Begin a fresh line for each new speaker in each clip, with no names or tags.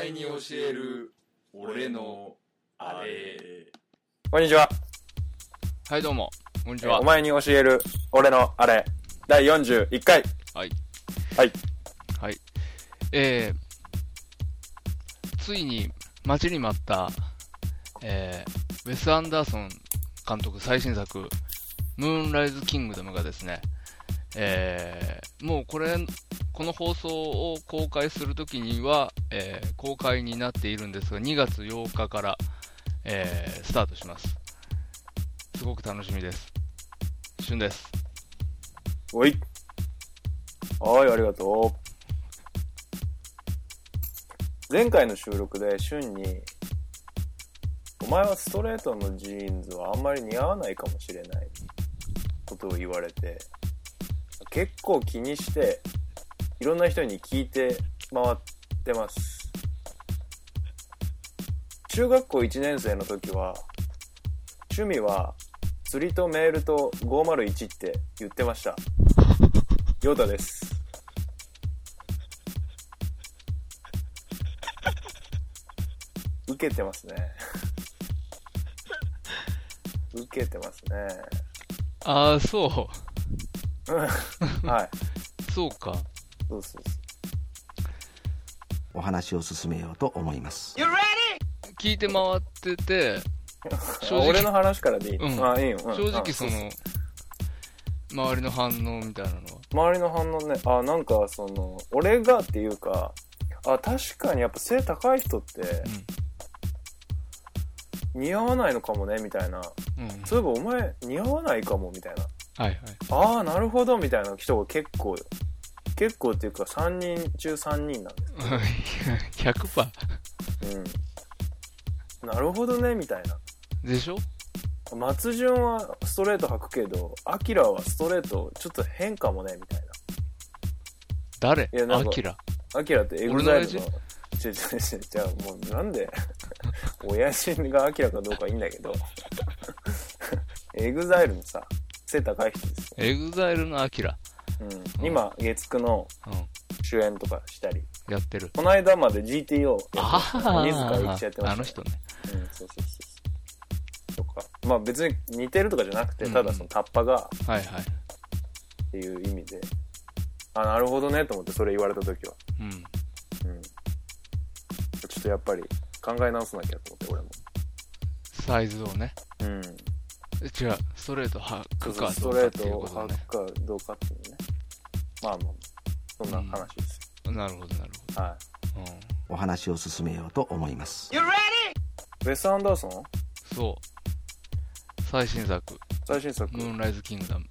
える俺のあれ
こんにちは。
はい、どうも。こんにちは
お。前に教える俺のあれ。第41回。
はい。
はい。
はい。えー、ついに待ちに待った、えー、ウェス・アンダーソン監督最新作、ムーンライズ・キングダムがですね、えー、もうこれ、この放送を公開するときには、えー公開になっているんですが、2月8日から、えー、スタートします。すごく楽しみです。旬です。
おい。おい、ありがとう。前回の収録で、旬に、お前はストレートのジーンズはあんまり似合わないかもしれない。ことを言われて、結構気にして、いろんな人に聞いて回ってます。中学校1年生の時は、趣味は釣りとメールと501って言ってました。ヨタです。受けてますね。受けてます
あー、そ
ね。はい。
う。そうか。
そうそうそう。
お話を進めようと思います
聞いて回って て、正直
俺の話からでいい、
うん
あいいよ、うん
正
あ
直その、周りの反応みたいなのは。
周りの反応ねあなんかその俺がっていうかあ確かにやっぱ背高い人って似合わないのかもねみたいな
うん。うん。
そういえばお前似合わないかもみたいな
はい は
あ
い。
あなるほどみたいな人が結構結構っていうか3人中3人なんで
100%
すうんなるほどねみたいな
でしょ
松潤はストレート履くけどアキラはストレートちょっと変かもねみたいな
誰
いやなん
ア
か
キラ。
アキラってエグザイルの違う違
俺の
う違うじゃあもうなんで 親父がアキラかどうかいいんだけど エグザイルのさ背高い人です、
エグザイルのアキラ。
うん、今月9の
うん。
主演とかしたり
やってる。
この間まで GTO やってました
あ
鬼塚一致やってましたね
あ、あの人ね。
うんそうそうそうそうとかまあ別に似てるとかじゃなくて
うん
ただそのタッパが
はいはい。
っていう意味で、あなるほどねと思ってそれ言われた時は
うん。
うんちょっとやっぱり考え直さなきゃと思って俺も
サイズをね。
うん
え違う、ストレート履くか
ス
ど
トレ
うかっ
ー
てい
ト
う
を
こと
履
ね。
くかどうかっていうねまあまあそんな話です、
なるほどなる
は
ほど。うん。
お話を進めようと思います
いウェス・アンダーソン
そう。最新作、
最新作、
ムーンライズ・キングダム。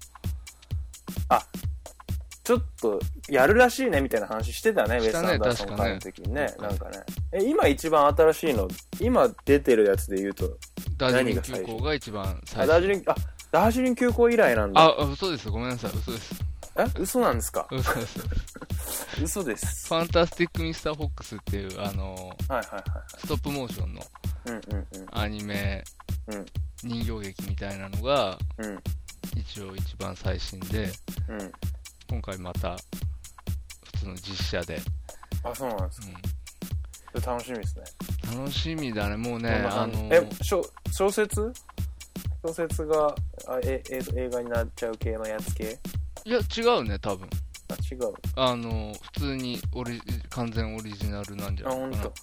ちょっとやるらしいねみたいな話してたねウェ
し
ス・ア
た
ン
ね
ダーソン会の時にね
確か
な
ね
んかねえ今一番新しいの今出てるやつで言うと
ダージリ
何
ン
が最
急
初
行が一番最
あ
初
ダージリンあダージリン急行以来なんだ
あ、あ嘘です。ごめんなさい。嘘です。
え嘘なんです か
嘘です。
嘘です
ファンタスティック・ミスター・フォックスっていう、あの、
はいはいは
ストップモーションの
いうんう
アニメ、
んうん
人形劇みたいなのが、
うん
一応一番最新で、
うんうん
今回また、普通の実写で、
あそうなんですかそれ楽しみですね
うん楽しみだね。もうね、
どんな
あ
感じ
の、
え小小説小説があええ映画になっちゃう系のやつ系
いや、違うね、多分。
あ違う
あの、普通にオリジ、完全オリジナルなんじ
あ
ゃないか
本
な。
当。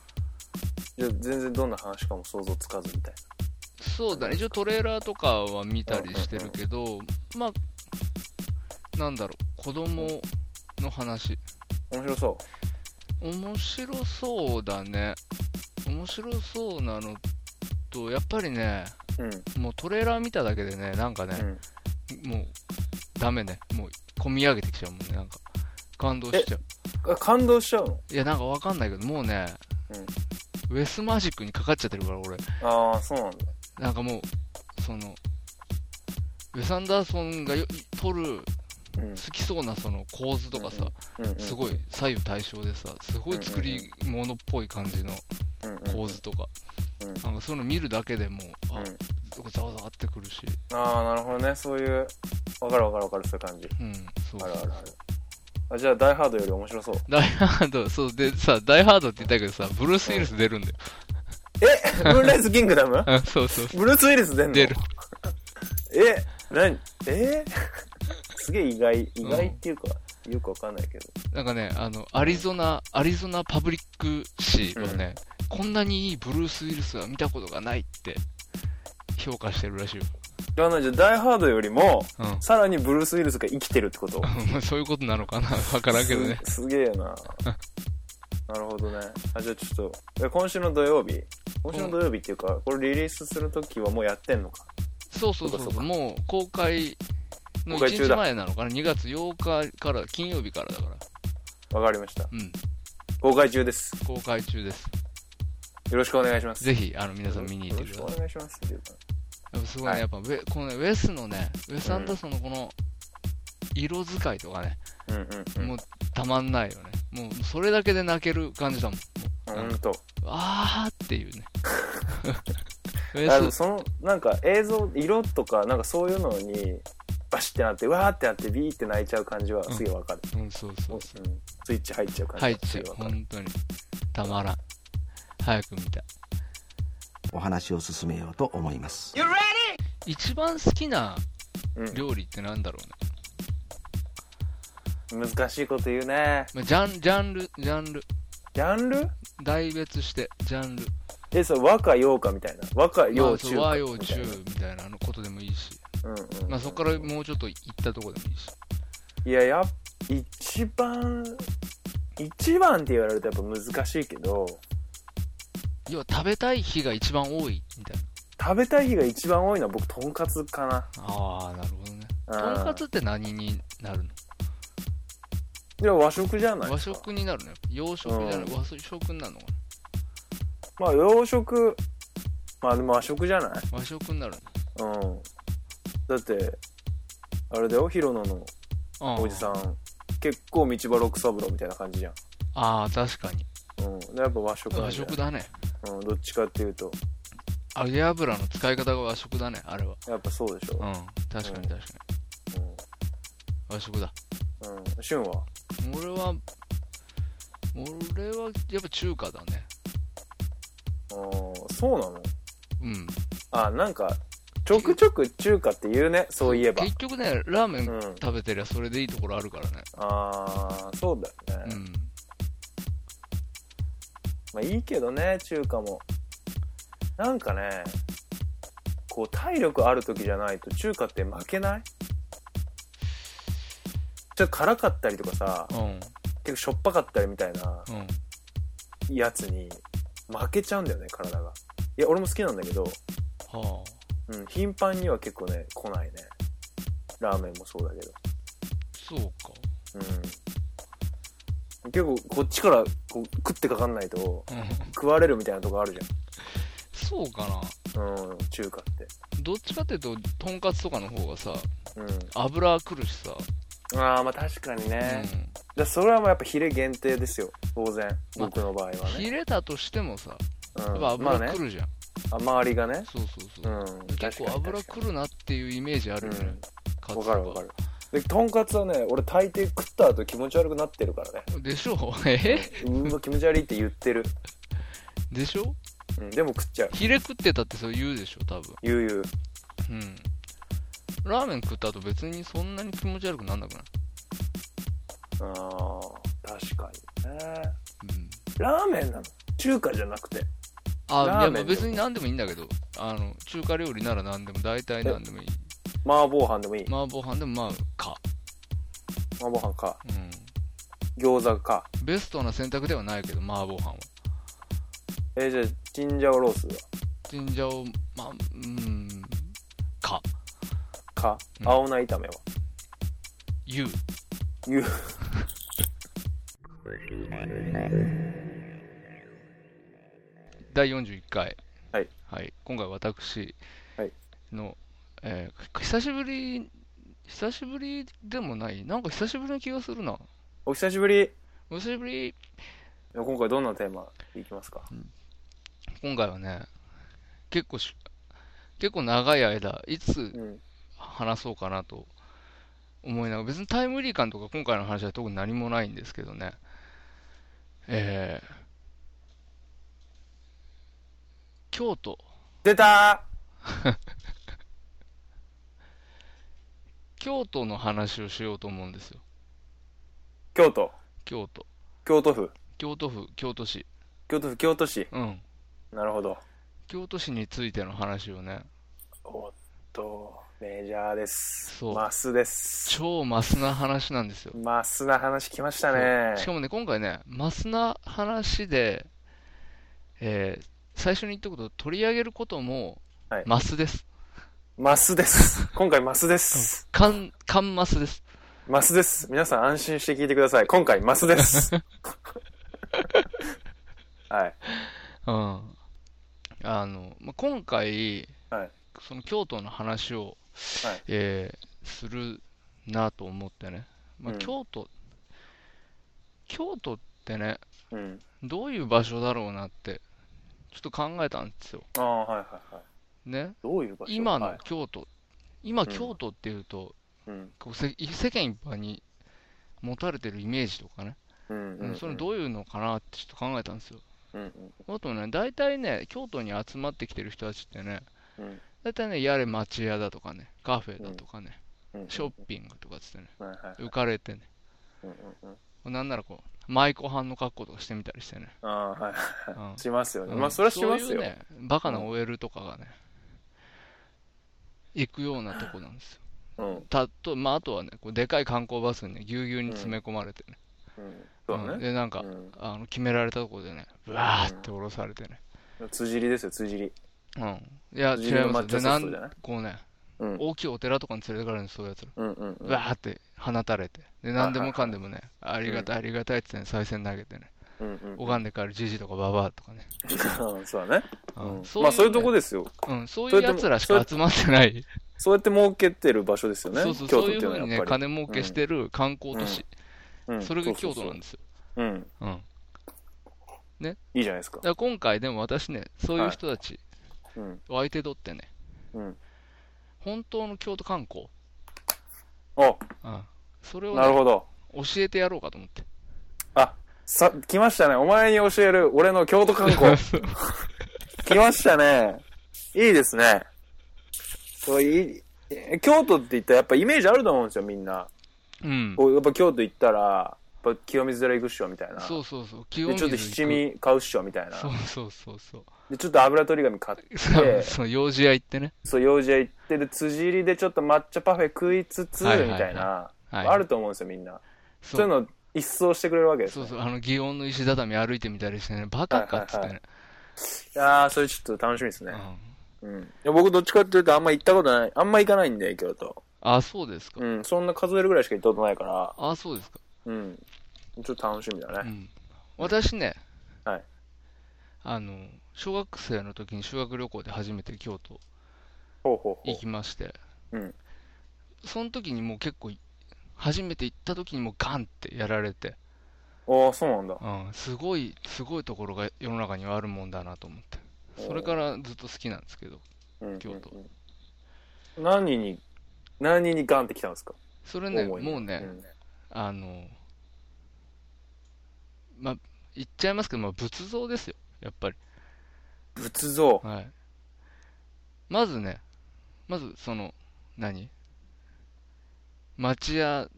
じゃあ全然どんな話かも想像つかずみたい
そうだね、一応トレーラーとかは見たりしてるけど、まあ、なんだろう、子供の話。
な面白そ
面白そうだね面白そうなのとやっぱりね
ううん
もうトレーラー見ただけでねなんか
う
ね、
ん
もうダメねもう込み上げてきちゃうもんねなんか感動しちゃう
あ感動しちゃうの
いやなんかわかんないけどもうね、ウェスマジックにかかっちゃってるから俺
ああそうなんだ
なんかもうそのウェス・アンダーソンがよ撮る
うん
好きそうなその構図とかさ、
うんうん
すごい左右対称でさすごい作り物っぽい感じの
うんうん
構図とか、
うん
なんかそういうの見るだけでもう、
う
あ
ん
ざわざわってくるし、
ああなるほどねそういうわかるわかるわかるそういう感じ
うん、そう
あ
そう
るあるあるあ、じゃあ、ダイハードより面白 そう。
ダイハード、そう、で、さ、ダイハードって言ったけどさ、ブルース・ウィルス出るんだよ。
えムーンライズ・キングダム
うん、 そうそう。
ブルース・ウィリス出んの
出る。
え何えすげえ意外、意外っていうか、よくわかんないけど。
なんかね、あの、アリゾナ、アリゾナパブリック誌はね、こんなにいいブルース・ウィルスは見たことがないって、評価してるらしいよ。
いや、なじゃあ、ダイハードよりも、
うん
さらにブルース・ウィルスが生きてるってこと
まあ。そういうことなのか なわからんけどね。
すすげえ ななるほどねあじゃあちょっとえ今週の土曜日今週の土曜日っていうか、これリリースするときはもうやってんのか
そうそうそう
そ
そう
かそうか
もう公開の
公開
1
中
日
だ
前なのかな ?2 月8日から、金曜日からだから。
わかりました
うん、
公開中です
公開中です。
よろしくお願いします
ぜひ、あの、皆さん見に行ってくだ
よ
さい
ろしく。お願いしますっていうか
やっぱすごいね、
はい
やっぱウェこの、ね、ウェスのね、ウェス・アンダーソンのこの色使いとかね、
うんうんう
も
ん
うたまんないよね。もうそれだけで泣ける感じだもん。
ほんと
あーっていう ね。ウ
あの
ェス、
そのなんか映像色とかなんかそういうのにバシってなってわーってなってビーって泣いちゃう感じはすげえわかる、
うん、そう
う
そ
ん
うそう。
スイッチ入っちゃう感じ
入っ
はす
ち
げえ
ゃう
わ、かる
本当に。たまらん。早く見たい。
お話を進めようと思います
一番好きな料理ってなんだろうね。
うん、難しいこと言うね
まあジャン、ジャンル、ジャンル。
ジャンル
大別して、ジャンル。
え、そう、和歌洋歌みたいな。和歌
ま
洋
あ、
中
そう
華。
和洋中
みたい
みたいなのことでもいいし。
な。うんうん。
まあ、そこからもうちょっと行ったとこでもいいし。
いや、やっ、一番、一番って言われるとやっぱ難しいけど、
要は食べたい日が一番多いみたいな。
食べたい日が一番多いのは僕、とんかつかな。
ああ、なるほどね。
うん
とんかつって何になるの
いや、和食じゃない
和
ですか。
食になるの洋食じゃない、
うん
和食になるのか
まあ、洋食、まあでも和食じゃない
な和食になるの
うん。だって、あれだよ、広野の
あー
おじさん、結構道場六三郎みたいな感じじゃん。
ああ、確かに。
うん。で、やっぱ和食な
和
んじゃな
食
い
だね。
うん、どっちかっていうと、
揚げ油の使い方が和食だね、あれは。
やっぱそうでしょ。
うん、確かに確かに。和食だ。
うん。うん。旬は
俺は、俺はやっぱ中華だね。
あーそうなの
うん。
あなんかちょくちょく中華って言うねそういえば
結局ね、ラーメ
う
ン
ん
食べてりゃそれでいいところあるからね。
ああそうだよね、
うん。
まあいいけどね中華もなんかねこう体力ある時じゃないと中華って負けないちょっと辛かったりとかさ
うん。
結構しょっぱかったりみたいな
うん。
やつに負けちゃうんだよね体がいや俺も好きなんだけど、
はあ。
うん、頻繁には結構ね来ないねラーメンもそうだけど
そうか。
うん、結構こっちからこう食ってかかんないと
うん。
食われるみたいなとこあるじ
そうかな。
ゃん、うん、中華って、
どっちかっていうと、とんかつとかの方がさ、
う
油くるしさ。
ん、ああまあ確かにね、じ
うん
ゃあそれはもうやっぱヒレ限定ですよ当然
まあ
僕の場合はね、
ヒレだとしてもさ、やっ
うん、
ぱ
まあ
油
ね
くるじゃん。
あ周りがね、
そうそう
う
そう。
ん、
結構
確かに
油くるなっていうイメージあるよね。
うん
カ
わかるわか
る。
るでとんかつはね俺大抵食った後気持ち悪くなってるからね
でしょえ
うわ気持ち悪いって言ってる、
でしょ
うん、でも食っちゃう
ヒレ食ってたってそう言うでしょ、多分。
言う言う
うん。ラーメン食った後別にそんなに気持ち悪くなんなくない
あー確かにね
うん。
ラーメンなの中華じゃなくて
あ、い
ラ
や
ーメンでも
まあ別に何でもいいんだけど、あの、中華料理なら何でも、大体何でもいい。
麻婆飯でもいい
麻婆飯でもまあ、か。
麻婆飯か
うん。
餃子か
ベストな選択ではないけど、麻婆飯は。
えーじゃあチンジャオロースは
チンジャオ、まあ、うん、か、
か、
うん
青菜炒めは
ゆう。
言う
第41回。
はい。
今回私
はい
の、えー久しぶり、久しぶりでもない、なんか久しぶりな気がするな。
お久しぶり
お久しぶり、
今回どんなテーマいきますか
今回はね、結構し、結構長い間、いつ
うん
話そうかなと思いながら、別にタイムリー感とか今回の話は特に何もないんですけどね。えー京都。
出た
京都の話をしようと思うんですよ。
京都。
京都。
京都府。
京都府、京都市。
京都府、京都市。
うん。
なるほど。
京都市についての話をね、
おっと、メジャーです。
そう
マスです。
超マスな話なんですよ。
マスな話来ましたね。
しかもね、今回ね、マスな話で、えー最初に言ったこと、取り上げることも
はい、
マスです。
マスです。今回マスです。
カン、カンマスです。
マスです。皆さん安心して聞いてください。今回マス です。はい。
うん。あの、まあ、今回、
はい
その京都の話を、
はい
えーするなと思ってね。まあ、
うん
京都、京都ってね、
うん。
どういう場所だろうなって、ちょっと考えたんですよ。
ああ、はいはいはい。
ね。
どういう場所
今
は
の
い
京都、今
うん
京都っていうと、
うん。
こうせ世間一般に持たれてるイメージとかね、
うん。うん。
それどういうのかなってちょっと考えたんですよ。
うん。うん。
あとね、大体ね、京都に集まってきてる人たちってね、
うん
大体ね、やれ町屋だとかね、カフェだとかね、
うん。
ショッピングとかっつってね、
はいはい。
浮かれてね、
うんうんうん。
なんならこう、舞妓飯の格好とかしてみたりしてね。
ああ、はい。
うん
しますよね。
うん
まあ、それはします
そういう
よ。
ね、バカな OL とかがね、行くようなとこなんですよ。
うん。
たと、まあ、あとはね、こうでかい観光バスにね、ぎゅうぎゅうに詰め込まれてね。
うん。そうだ
うん
ね。
で、なんか、
うん
あの決められたところでね、うわーって降ろされてね。
辻りですよ、辻り。
うん。いや、
自
違
由
い
の
ま
抹
す。
茶
で、
ソ
な
フトじゃない
ん、こうね、
うん。
大きいお寺とかに連れてかれるんです、そういうやつら。
うんうんうん。
うわーって放たれて。で、何でもかんでもね、ありがたい、ありがたいってね、再銭投げてね、
うんうんうん。
拝んで帰るじじいとかばばあとかね。
うん そうだね。
うん
まあ、そういうとこ
ね
ですよ。
うん、そういうやつらしか集まってない。
そうやって儲けてる場所ですよね。
そうそう、
京
そ
都
う
っ
い
て
う
いうの
ふう
は
に
や
ね、
っぱり。
金儲けしてる観光都市。
うん。
それが京都なんですすよ。
そうそうそううん。
うん。だか
いいじゃないですか。
ら今回でも私ね、そういう人たち、
うん。
を相手取ってね、
うん。
本当の京都観光、
お、
うん、それをね、
なるほど。
教えてやろうかと思って。
あ、さ、来ましたね。お前に教える俺の京都観光。来ましたね。いいですね。そういいえ京都って言ったらやっぱイメージあると思うんですよ、みんな。
うん。
こうやっぱ京都行ったら、やっぱ清水寺行くっしょ、みたいな。
そうそうそう、清
で、ちょっと七味買うっしょ、みたいな。
そうそうそうそう。
で、ちょっと油取り紙買って、
そう、そう用事屋行ってね。
そう、用事屋行って、で、辻入りでちょっと抹茶パフェ食いつつ、み
はいはいはい
たいな、
はい
あると思うんですよ、みんな。
そ
そういうの一掃してくれるわけです
そ
ね。
うそう、あの、祇園の石畳歩いてみたりしてね、バカかっつってね。
ああ、それちょっと楽しみですね
う。ん
うん。いや僕どっちかっていうとあんま行ったことない、あんま行かないんで、京都。
あ、そうですか
う。ん、そんな数えるぐらいしか行ったことないから、
あ、そうですか。
うん。ちょっと楽しみだ
う
ね。
ん。私ね、
はい
あの、小学生の時に修学旅行で初めて京都
ほうほうほ
行きまして、
う。うん。
その時にもう結構い、初めて行った時にもうガンってやられて、
ああ、そうなんだ。
うん、すごい、すごいところが世の中にはあるもんだなと思って。それからずっと好きなんですけど、
うん
京都。
うん何に、何にガンって来たんですか
それね、
思いに
もうね、
ん
あの、まあ、言っちゃいますけど、まあ、仏像ですよ、やっぱり。
仏像。
はい。まずね、まずその、何町屋、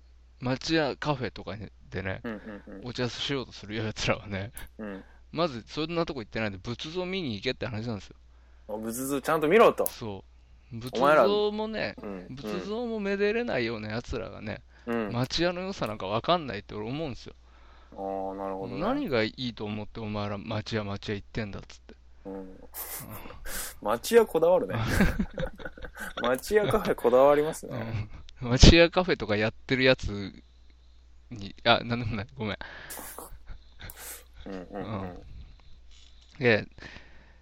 町屋カフェとかにでね、
うんうん
お茶しようとするやつらはね、
うん。うん
まずそんなとこ行ってないんで、仏像見に行けって話なんですよ。
あ仏像ちゃんと見ろと。
そう。仏
お前ら
像もね、
うん
仏像もめでれないようなやつらがね、
うん。うんあ
町屋の良さなんか分かんないって俺思うんですよ。
あー、なるほど、ね。
何がいいと思ってお前ら町屋町屋行ってんだっつって。
うん。町屋こだわ るね。 町屋カフェこだわりますね。
うん 町屋カフェとかやってるやつに、あ、なんでもない、ごめん。
うんうんうん。
で、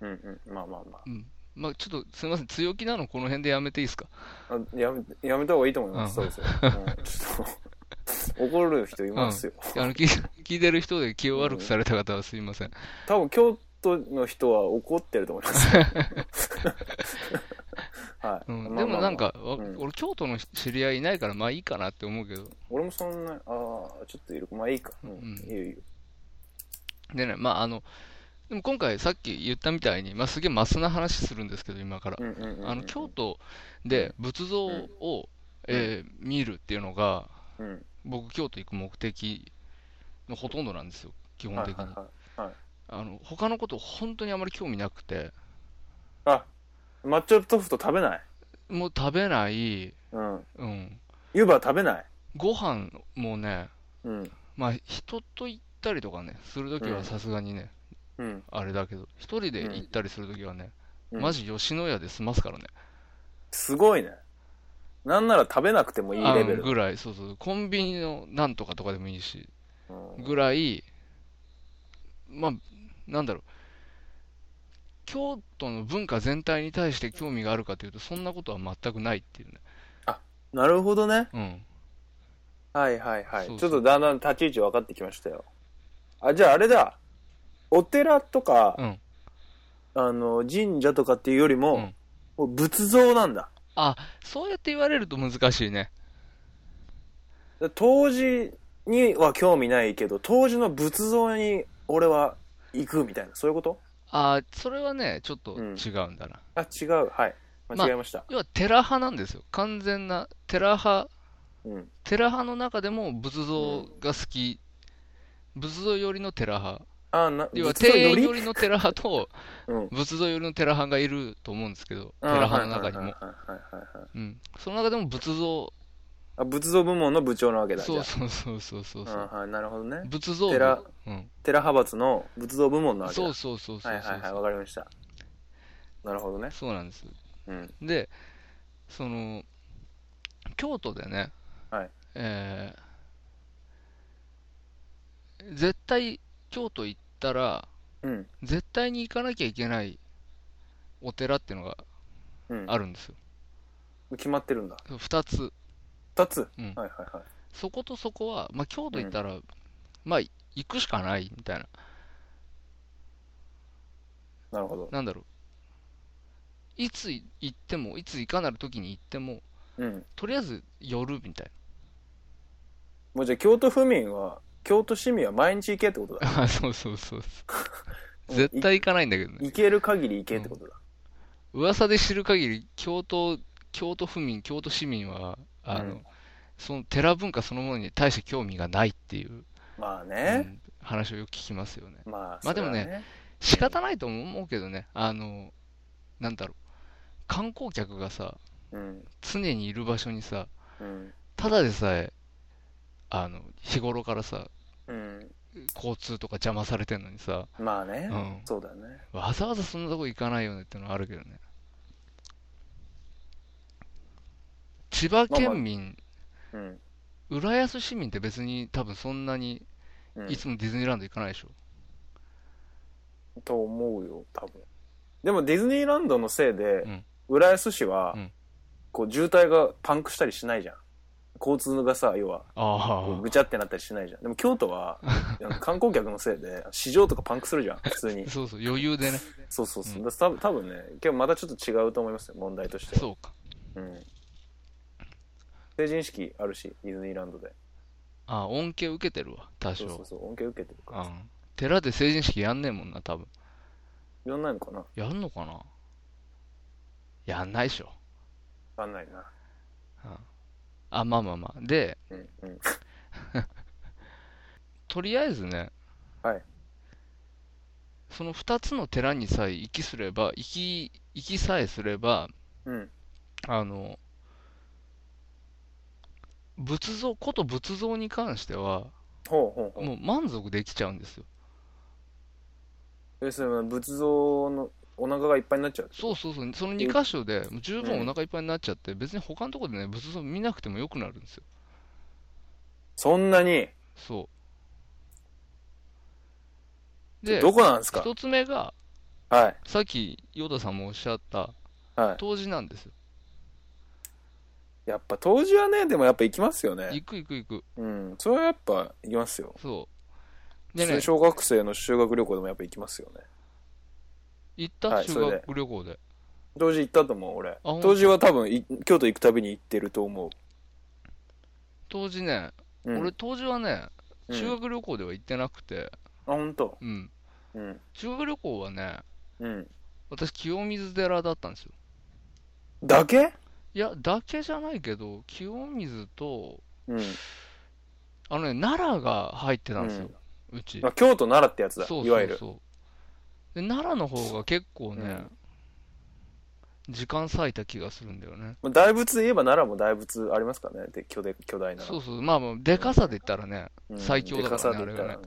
うんうん。まあまあま
うんまあ、ちょっとすみません、強気なのこの辺でやめていいですか。
あ。あやめ、やめた方がいいと思います。そううんですよ。うんちょっ と怒る人いますよ。
あの聞い聞いてる人で気を悪くされた方はすみません。
多分京都の人は怒ってると思います。はい。
うん、
まあ
でもなんか、、
まあ
わ
うん
俺、京都の知り合いいないから、まあいいかなって思うけど、
俺もそんな、ああ、ちょっといる。まあいいか。うん。
うん
いいよいいよ。
でね、まああの、でも今回さっき言ったみたいに、まあすげえマスな話するんですけど、今から
う。んうんうんうん。
あの、京都で仏像を、えー見るっていうのが、
うん。
僕、京都行く目的のほとんどなんですよ、基本
はい
的
は
に
い。はい。
あの、他のこと本当にあまり興味なくて、
あ、抹茶トースト食べない
もう食べない、
うん。
うん。
湯葉食べない
ご飯もね、
うん。
まあ人と行ったりとかね、するとき
う
は
ん
さすがにね、
うん。
あれだけど、一人で行ったりするときはね、
うん
マジ吉野家で済ますからね。
すごいね。なんなら食べなくてもいい
あ
レベル。
ぐらい、そうそう、コンビニのなんとかとかでもいいし、
うん
ぐらい、まあ、なんだろう、京都の文化全体に対して興味があるかというと、そんなことは全くないっていうね。
なるほどね。
うん。
はいはいは
そうそ
い。
う
ちょっとだんだん立ち位置分かってきましたよ。あ、じゃああれだ。お寺とか、
うん
あの、神社とかっていうよりも、
うん
もう仏像なんだ。
あ、そうやって言われると難しいね。
で当時には興味ないけど当時の仏像に俺は行くみたいなそういうこと
あ、それはね、ちょっと違うんだな。
あ違うはい間違えました、
要は寺派なんですよ。完全な寺派、
うん
寺派の中でも仏像が好き、仏像寄りの寺派。
あな
要は
仏像よ
庭園
り
寄りの寺派と
うん
仏像寄りの寺派がいると思うんですけど、
あ
寺派の中に
はい
も。
はいはいはいはいはい
うん。その中でも仏像、
あ仏像部門の部長なわけだ
そう
じ
そうそうそうそう
ゃ
そ
あ
う。
あはいなるほどね
仏像
寺
の、うん。
寺派閥の仏像部門なわけだ
そうそうそうそう
はいはいはい
そ
わ
う。
かりましたなるほどね
そうなんです。
うん
で、その、京都でね、
はい
えー絶対京都行ったら、
うん
絶対に行かなきゃいけないお寺っていうのが
うん
あるんですよ。
決まってるんだ
2つ。
2つ、
う
は
ん
いはいはい
そことそこは、まあ、京都行ったら、まあ、行くしかないみたいな、
なるほど
なんだろう、いつ行っても、いつ行かなる時に行っても、
うん
とりあえず寄るみたい
もうじゃあ京都府民は京都市民は毎日行けって ことだ
な、あそうそうそうそう、 絶対行かないんだけどね、
行ける限り行けってことだ、
噂で知る限り、京都、京都府民、京都市民は、あの、
うん
その寺文化そのものに対して興味がないっていう、
まあ
う
ね、
ん話をよく聞きますよね。
まあ
まあでもね
それは
仕方ないと思うけどね、あの、なんだろう、観光客がさ、
うん
常にいる場所にさ、
うん
ただでさえ、あの、日頃からさ、
うん
交通とか邪魔されてんのにさ、
まあね、
うん
そうだね
わざわざそんなとこ行かないよねってのはあるけどね。千葉県民、
うん、
浦安市民って別に多分そんなに
うん、
いつもディズニーランド行かないでしょ。
と思うよ多分でもディズニーランドのせいで、
うん
浦安市は、
うん
こう渋滞がパンクしたりしないじゃん交通がさ要はこう
あ
ぐちゃってなったりしないじゃんでも京都はあの観光客のせいで市場とかパンクするじゃん普通に
あ、そうそう、余裕でね。
そうそうそう、
うん
だから多分多分ね今日またちょっと違うと思いますよ問題としては
そうか。
うん成人式あるしディズニーランドで
ああ、恩恵受けてるわ、多
そうそう
少。
そう恩恵受けてるから
うん寺で成人式やんねえもんな、多分。
やんないのかなわ
やんのかなやんないでしょ。
かんないな
あ、まあまあまあ。で、
うんうん
とりあえずね、
はい
その2つの寺にさえ行きすれば、行き、行きさえすれば、
うん
あの、仏像、こと仏像に関しては、
ほうほうほう
もう満足できちゃうんですよ。
要するに仏像のお腹がいっぱいになっちゃう
そうそうそう、その2箇所でもう十分お腹いっぱいになっちゃって、別に他のところでね、仏像見なくてもよくなるんですよ。
そんなに
そう。で、
どこなんですか
1つ目が、
はい
さっき、ヨダさんもおっしゃった、
は
当時なんですよ。
いやっぱ当時はねでもやっぱ行きますよね
行く行く行く。
うんそれはやっぱ行きますよ
そう。で
普通
ね
に、小学生の修学旅行でもやっぱ行きますよね
行っ
は
た
い
修
それで
学旅行で。
当時行ったと思う、俺。
本当
当時は多分い、京都行くたびに行ってると思
当時ね、
う。うん、
俺当時はね、
うん
修学旅行では行ってなくて、
あ、本当。
うん。
うん。
修学旅行はね、
うん。
私、清水寺だったんですよ。
だけ
いや、だけじゃないけど、清水と、
うん。
あのね、奈良が入ってたんですよ、うち。
まあ、京都奈良ってやつだ、
そう
いわゆ
そう
る。
そう。で、奈良の方が結構ね、時間割いた気がするんだよね。
まあ大仏で言えば奈良も大仏ありますからね、で巨大巨大な。
そうそう、まあまあ、でかさで言ったらね、
うん
最強だから
でさで
ね
言った
あれが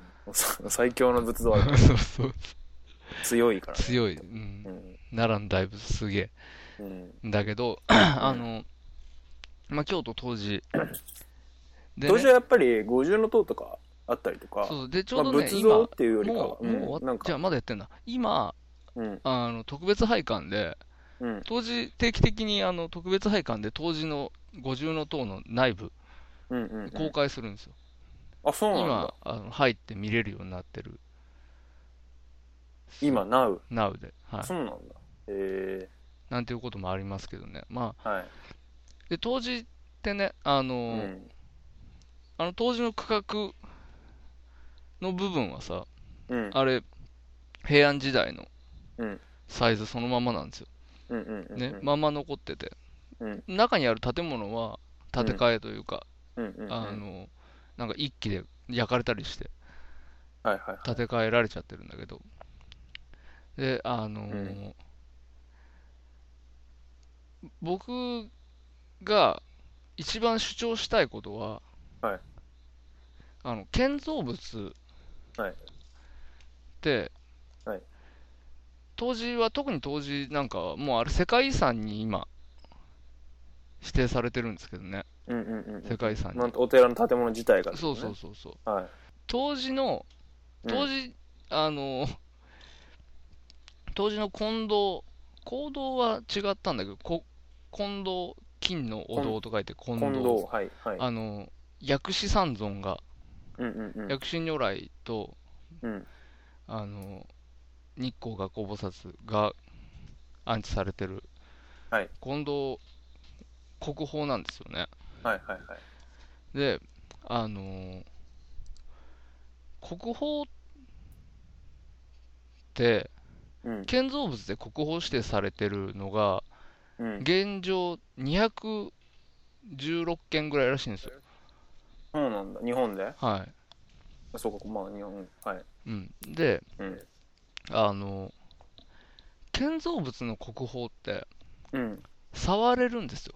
うん最強の仏像ある
そうそう、
強いからね。
強い。うん
う。ん。
奈良の大仏すげえ。
うん。
だ けど、あの、まあ、京都当時。で
当
ね、
時はやっぱり五重の塔とかあったりとか、
そうそう、で、ちょうど
まあ
ね、
仏
今、
像
も
っていうよ
う、
りかは
もう終わっ
うんなんか
じゃあまだやってんだ。今、
うん。
あの、特別拝観で、
うん。
当時、定期的に、あの、特別拝観で、当時の五重の塔の内部、
うん。うん。
公開するんですよ。
あ、そうなんだ
今。、あの入って見れるようになってる、
今、なう。
Now で。はい。
そうなんだ。え
なんていうこともありますけどね。まあ、
ー、はい。
で、当時ってね、あの、
うん。
あの、当時の区画の部分はさ、
うん。
あれ、平安時代の
うん
サイズそのままなんですよ。
うんうんうん。
ね、まんま残ってて。
うん
中にある建物は建て替えというか、
うんうんうん。
あの、なんか一気で焼かれたりして、
はいはい。
建て替えられちゃってるんだけど。で、あのー
うん
僕が一番主張したいことは、
はい
あの建造物
はい
で、
はい
当時は特に当時なんかはもうあれ世界遺産に今指定されてるんですけどね
うんうんうん
世界遺
う
産
ん。
に、
なんとお寺の建物自体が、
そうそう。そうそう
はい。
当時の当
時、
時、あの 当時の近藤行動は違ったんだけどこ近藤金のお堂と書いて近藤
近藤、はいはい。
あの薬師三尊が、
うんうんうん。
薬師如来と
うん
あの日光学校菩薩が安置されてる、
はい
近藤国宝なんですよね
はいはいはい。
であのー国宝って
うん
建造物で国宝指定されてるのが
うん。
現状216件ぐらいらしいんですよ
そうなんだ。日本で
は
あそうか、まあ日本。はい。
い、うん、で
うん。
あのー建造物の国宝って
うん。
触れるんですよ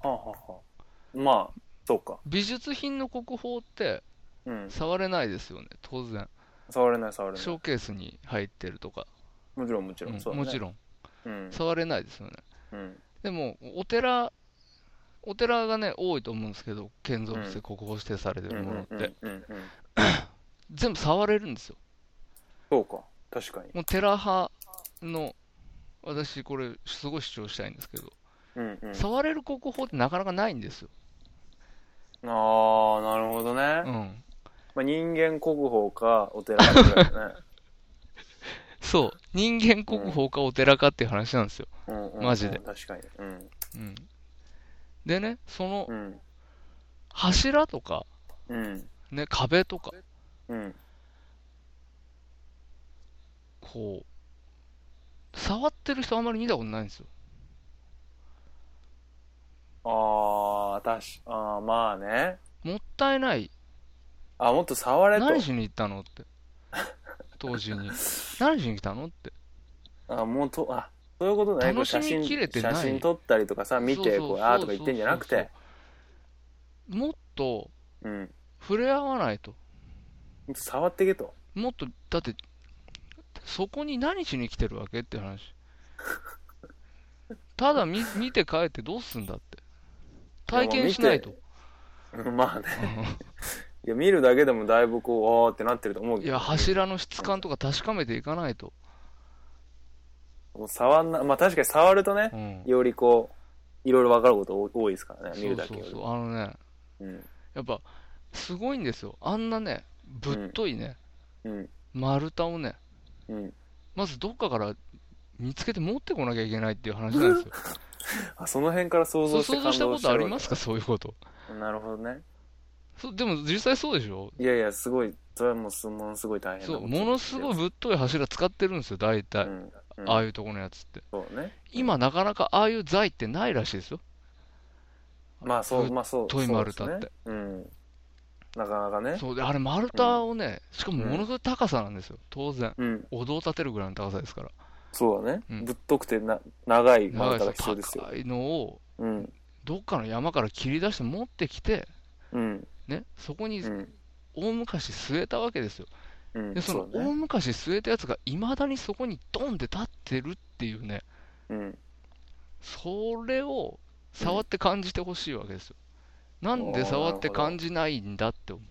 はあ、はあはあ、まあ、そうか。
美術品の国宝って
うん。
触れないですよね当然
触れない触れ
シ
な
ョ
い
ー。ケースに入ってるとか、
もちろんもちろ。
うんん
そうだね
もちろん
うん。
触れないですよね
うん。
でもお寺お寺がね多いと思うんですけど建造物で国宝指定されて
うんう
るものっ
ん
て、
うんうんうん。
全部触れるんですよ
そうか。確かに。
もう寺派の私これすごい主張したいんですけど、
うんうん。
触れる国宝ってなかなかないんですよ、
ああ、なるほどね。
うん、
まあ、人間国宝かお寺かぐらいだ ね。
そう人間国宝かお寺かっていう話なんですよ、
うんうんうん
マジで
確かに。うん。
うん、でねその
うん。
柱とか、
うん。
ね、壁とか
うん。
こう触ってる人あんまり見たことないんですよ
ああ、たし、ああ、まあね。
もったいない
あ、もっと触れと。
何しに行ったのって。当時 に。何しに来たのって。
あ、もうと、あ、そういうことね。こう
楽しみ
写真
きれてない
写真撮ったりとかさ、見て、
そうそ
こ
う
う、あーとか言ってんじゃなくて。。
もっと
うん。
触れ合わないと。
触ってけと。
もっと、だって、そこに何しに来てるわけっ て話。ただ見見て帰ってどうすんだって。体験しないと。
まあね。いや、見るだけでもだいぶこう、あーってなってると思う
うん
け
い
ど。
や、柱の質感とか確かめていかないと。
もう触んな、まあ確かに触るとね
う、ん。
よりこう、いろいろ分かること多いですからね、見
そう
るだけ
そ
よ
う
り。
そう。あのね、
うん。
やっぱ、すごいんですよ。あんなね、ぶっといね、
うん。
丸太をね、
うん。
まずどっかから見つけて持ってこなきゃいけないっていう話なんですよ。
あその辺から想
そ
像
う
して
想
感動
像したこ
し
とあります
か
かそういうこと。
なるほどね
そうでも実際そうでしょ
いやいやすごいそれはもうすものすごい大変な
そ
こ
う、
と
ものすごいぶっとい柱使ってるんですよ、大体。
うんうん
ああいうとこのやつって。
そうね
今なかなかああいう材ってないらしいですよ。
まあそうまあそう
トイ丸太って
そうですねうんなかなかね
そうで、あれ丸太をね、しかもものすごい高さなんですよ、当然。
うん
お堂立てるぐらいの高さですから。
そうだね
うん
ぶっとくてな長い
長
丸
いで
太
す
が必要
よ
ですよ
高いのを、
うん
どっかの山から切り出して持ってきて、
うん
ね、そこに
うん
大昔据えたわけですよ。
うん
で、その
う
大
ね
昔据えたやつがいまだにそこにドンって立ってるっていうね、
うん
それを触って感じてほしいわけですよ。なんで触って感じないんだって思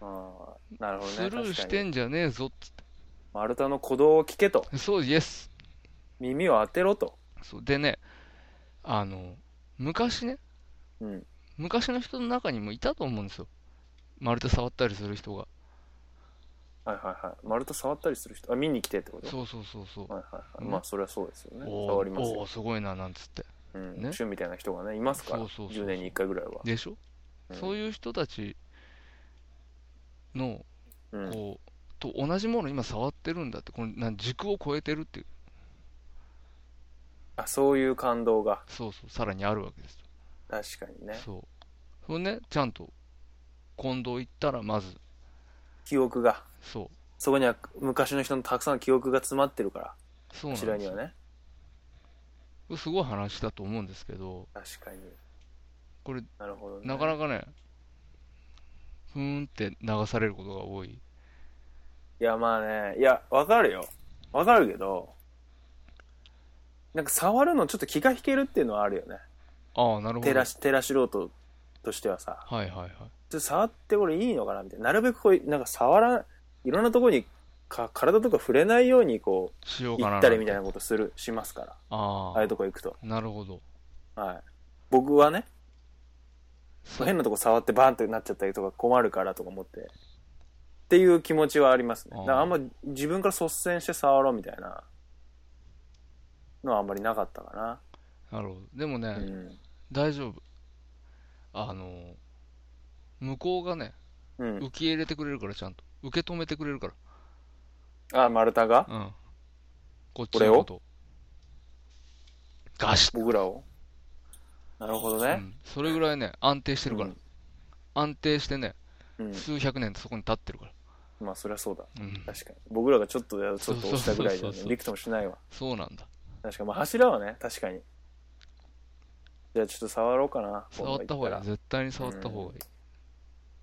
う。
ああなるほどね
スルーして
確かに
んじゃねえぞっつっ
丸太の鼓動を聞けと
て。そう、イエス。
耳を当てろと
そうでね、あの、昔ね、
うん
昔の人の中にもいたと思うんですよ。丸太触ったりする人が。
はいはいはい丸太触ったりする人あ見に来てってこと
そうそうそうそう。
はいはいはい
うん
まあそれはそうですよね
お
触り
ー
ます
お
よ
ー、すごいな、なんつって。
うん
ね
旬みたいな人がねいますから
そうそうそうそう
10年に1回ぐらいは
でしょ、そう
い
いう人たちの、
うんうん
こう、と同じもの今触ってるんだって、このなん軸を超えてるっていう、
あそういう感動が
そうそう、さらにあるわけですよ。
確かにね
そう。それね、ちゃんと、近藤行ったら、まず、
記憶が
そ
そこには昔の人のたくさんの記憶が詰まってるから
う、そう
こ
な
ちら
んです
には
よ。
ね
これすごい話だと思うんですけど、
確かに
これ、
なるほどね
なかなかね、ふーんって流されることが多い。
いやまあねいやわかるよわかるけどなんか触るのちょっと気が引けるっていうのはあるよね
ああ、なるほど。
照らし照らしろととしてはさ
はいはいはい。
ちょっと触って俺いいのかなみたいななるべくこうなんか触らんいろんなところにか体とか触れないようにこう
しようかな
行
ん。
ってたりみたいなことするしますから
あ
あ
あ、
あいうとこ行くと
なるほど。
はい僕はね
そう
変なとこ触ってバーンってなっちゃったりとか困るからとか思ってっていう気持ちはありますね
あー
だからあんま自分から率先して触ろうみたいなのはあんまりなかったか
なるほど。でもね、
なうん
大丈夫。あの、向こうがね、
うん
受け入れてくれるから、ちゃんと。受け止めてくれるか
あ丸太が
ら。うん。こっちのことを。ガシッ、
僕らをなるほど
う
ね
ん、それぐらいね、安定してるから。
うん
安定してね、
うん
数百年そこに立ってるから。
まあそりゃそうだ
うん。
確かに僕らがちょっとやちょっと押したぐらいじゃ
そうそうそう
ね
そう
びくともしないわ
そうなんだ。
確かにまあ柱はね確かにじゃあちょっと触ろうかな
触った方がいい。
い
絶対に触った方がいい。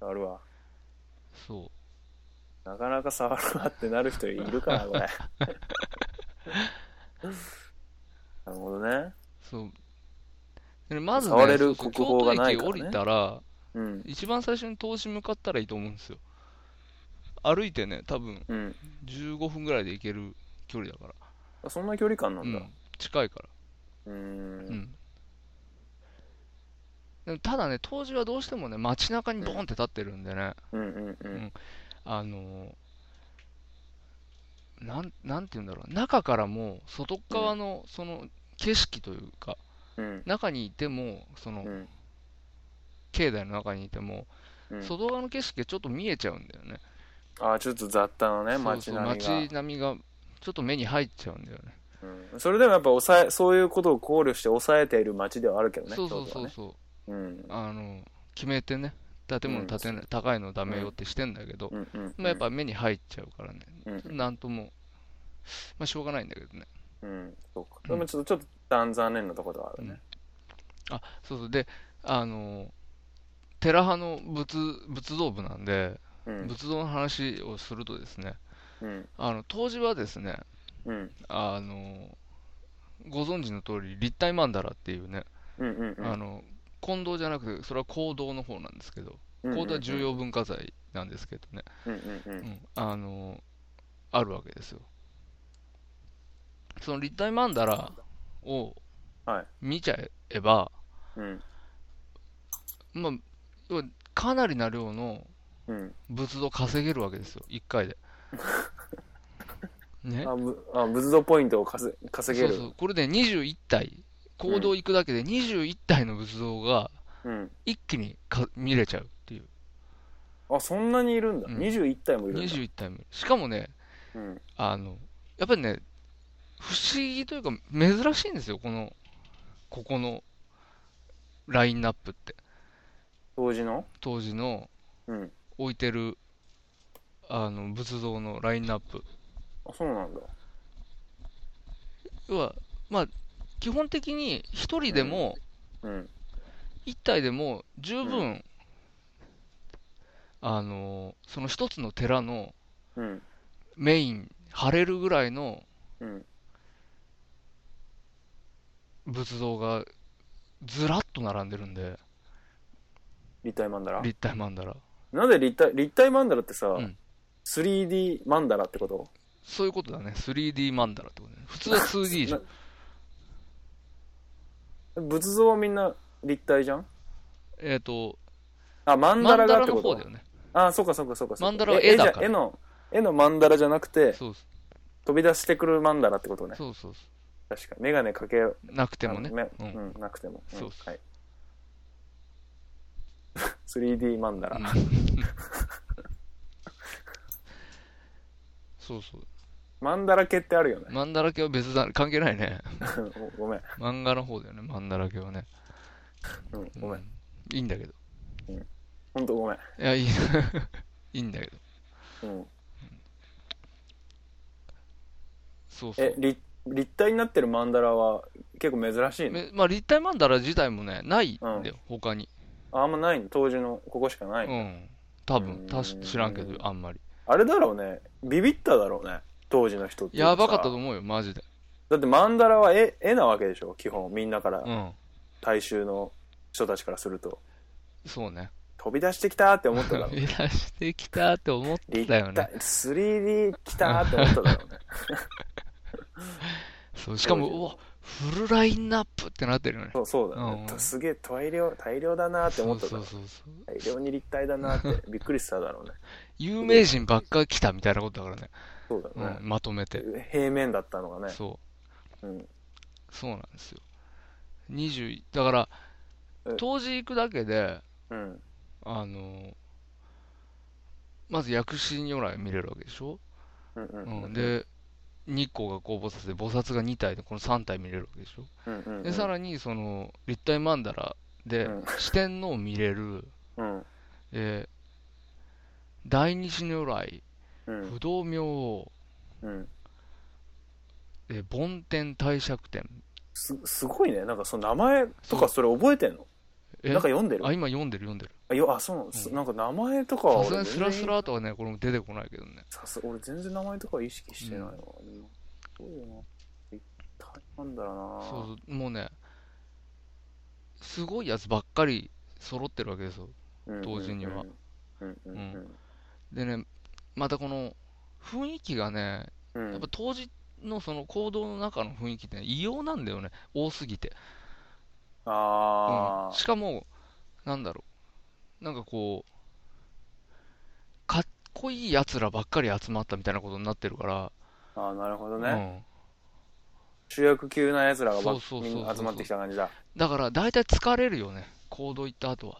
触るわ
そう。
なかなか触るわってなる人いるかな、これ。 なるほどね。
そう。でまずね、
触れる
そうそう
国宝がない
京
から
都
ね
駅降りたら、
うん。
一番最初に東寺向かったらいいと思うんですよ。歩いてね、多分
うん。
15分ぐらいで行ける距離だから。
そんな距離感な
うん
だ。
ん。近いから。
うー。
うんん。でもただね、東寺はどうしてもね、街中にボンって立ってるんでね、
うんうんうん。
あのーなん、なんて言うんだろう、中からも、外側の、その、景色というか、
うん。
中にいても、その
う、ん。
境内の中にいても、
うん。
外側の景色がちょっと見えちゃうんだよね。
ああ、ちょっと雑多のね、
そう
街
そ
並
う
みが
街並みがちょっと目に入っちゃうんだよね。
うん。それでもやっぱ抑え、そういうことを考慮して抑えている街ではあるけどね、
そうそうそう
京
そう、
都はね。
あの決めてね建物建てない、高いのダメよってしてんだけど、
うん。うんうん。
まあ、やっぱ目に入っちゃうからね、
うん、うん。
なんとも、まあ、しょうがないんだけどね。
うん。そうか。でもちょっと、ちょっと残念なところはあるね。
あそうそうであの寺派の仏仏道部なんで、
うん。
仏像の話をするとですね
うん。
あの当時はですね
うん。
あのご存知の通り立体曼荼羅っていうね
うんうんうん。
あの近藤じゃなくて、それは行動の方なんですけど、
うんうんうん
行動は重要文化財なんですけどね、
うんうんう。
うんんあのあるわけですよ。その立体曼荼羅を
はい
見ちゃえば、
うん。
まあ、要はかなりな量の
うん。
仏像稼げるわけですよ、1回で。ね。
あぶあ仏像ポイントを稼稼げ
そう
る
そう。これで21体、行動行くだけで21体の仏像が
うん
一気にか見れちゃうっていう。
あそんなにいるんだ、
うん
21体もいるんだ、
21体も。しかもね、
うん、
あの、やっぱりね、不思議というか珍しいんですよ、この、ここのラインナップって。
当時の
当時の
うん
置いてる、あの、仏像のラインナップ。
あそうなんだ
要は、まあ、基本的に一人でも、
うん
一体でも十分、
う
あの、その一つの寺の
うん
メイン、張れるぐらいの
うん
仏像がずらっと並んでるんで、
立体マンダラ
立体曼荼羅。
なんで立体立体マンダラってさ、
うん
3D マンダラってこと
そういうことだね。3D マンダラってことね。普通は 2D じ ゃん。
仏像はみんな立体じゃん
えっ、と、
あマンダラがって
の
こ
方
と
だよね。
あそうかそうかそうかそうか
マンダラは
え
絵だ
じゃ
から
絵の絵のマンダラじゃなくて
そうです
飛び出してくるマンダラってことね
そうそうそ
確かに眼鏡かけよ
う。なくてもね。
め
うん
うんなくても、ん
そうそ
は
う
い 3D マンダラ、
うん そうそう。
マンダラ系ってあるよね、
マンダラ系は別だ、関係ないね。
ごごめん
漫画の方だよね、マンダラ系はね。
うんごめん、
いいんだけど。
ほんとごめん、
いや、い い、いいんだけど。
うん、
そうそう
え。立立体になってるマンダラは結構珍しいね
めまあ、立体マンダラ自体もね、ないんだよ、他に。
ああんまないの当時のここしかない、
うん。多
う
分、
ん
たし知らんけど、あんまり。
あれだろうねビビっただろうね当時の人っていうかさ
やばかったと思うよ、マジで。
だってマンダラは絵絵なわけでしょ基本みんなから
うん。
大衆の人たちからすると
そうね。
飛び出してきたーって思 っただろう
いらしてきたって思ったよ
立体
ね。
3D 来たーって思っただ ろうね
そう、しかも、
そう
うわ、フルラインナップってなってるよね。
そうそうだよね
うん
すげえ大量大量だなーって
そ
思っ
う
ただ
そ
ろ
う
う
そうそう。
大量に立体だなーってびっくりしただろうね
有名人ばっか来たみたいなことだからね。
そうだよね
うん、まとめて。
平面だったのがね
そ
うん
う、そうなんですよ。20、だから
え、
当時行くだけで、
うん
あの、まず薬師如来見れるわけでしょ
うんう
うんん。で、日光が弘菩薩で、菩薩が2体で、この3体見れるわけでしょ
うんうんうん
で、さらに、その、立体曼荼羅で
うん、
四天王見れる、
うん
えー大日如来、
うん
不動明王、
うん
えー梵天帝釈天。
すすごいねなんかその名前とかそれ覚えてんの
え
なんか読んでる
あ、今読んでる読んでる。
あよあそうなの、すなんか名前とかは
さすが
俺
にスラス
全然
ラとはね、これも出てこないけどね。
さす俺全然名前とか意識してないわ、
うん
でもすごいよな立体なんだろ
そう
うな
そう、もうね、すごいやつばっかり揃ってるわけですよ。
うんうんうん
当時には
うんうんうん
でね、またこの雰囲気がね、
うん
やっぱ当時のその行動の中の雰囲気ってね、異様なんだよね、多すぎて。
あ
うん、
ー
しかも、なんだろう、なんかこう、かっこいいやつらばっかり集まったみたいなことになってるか
あーなるほどね、
ら、うん、
主役級な奴らがばっ
そうそうそうそう
みんな集まってきた感じだ
だから大体疲れるよね、行動行った後は、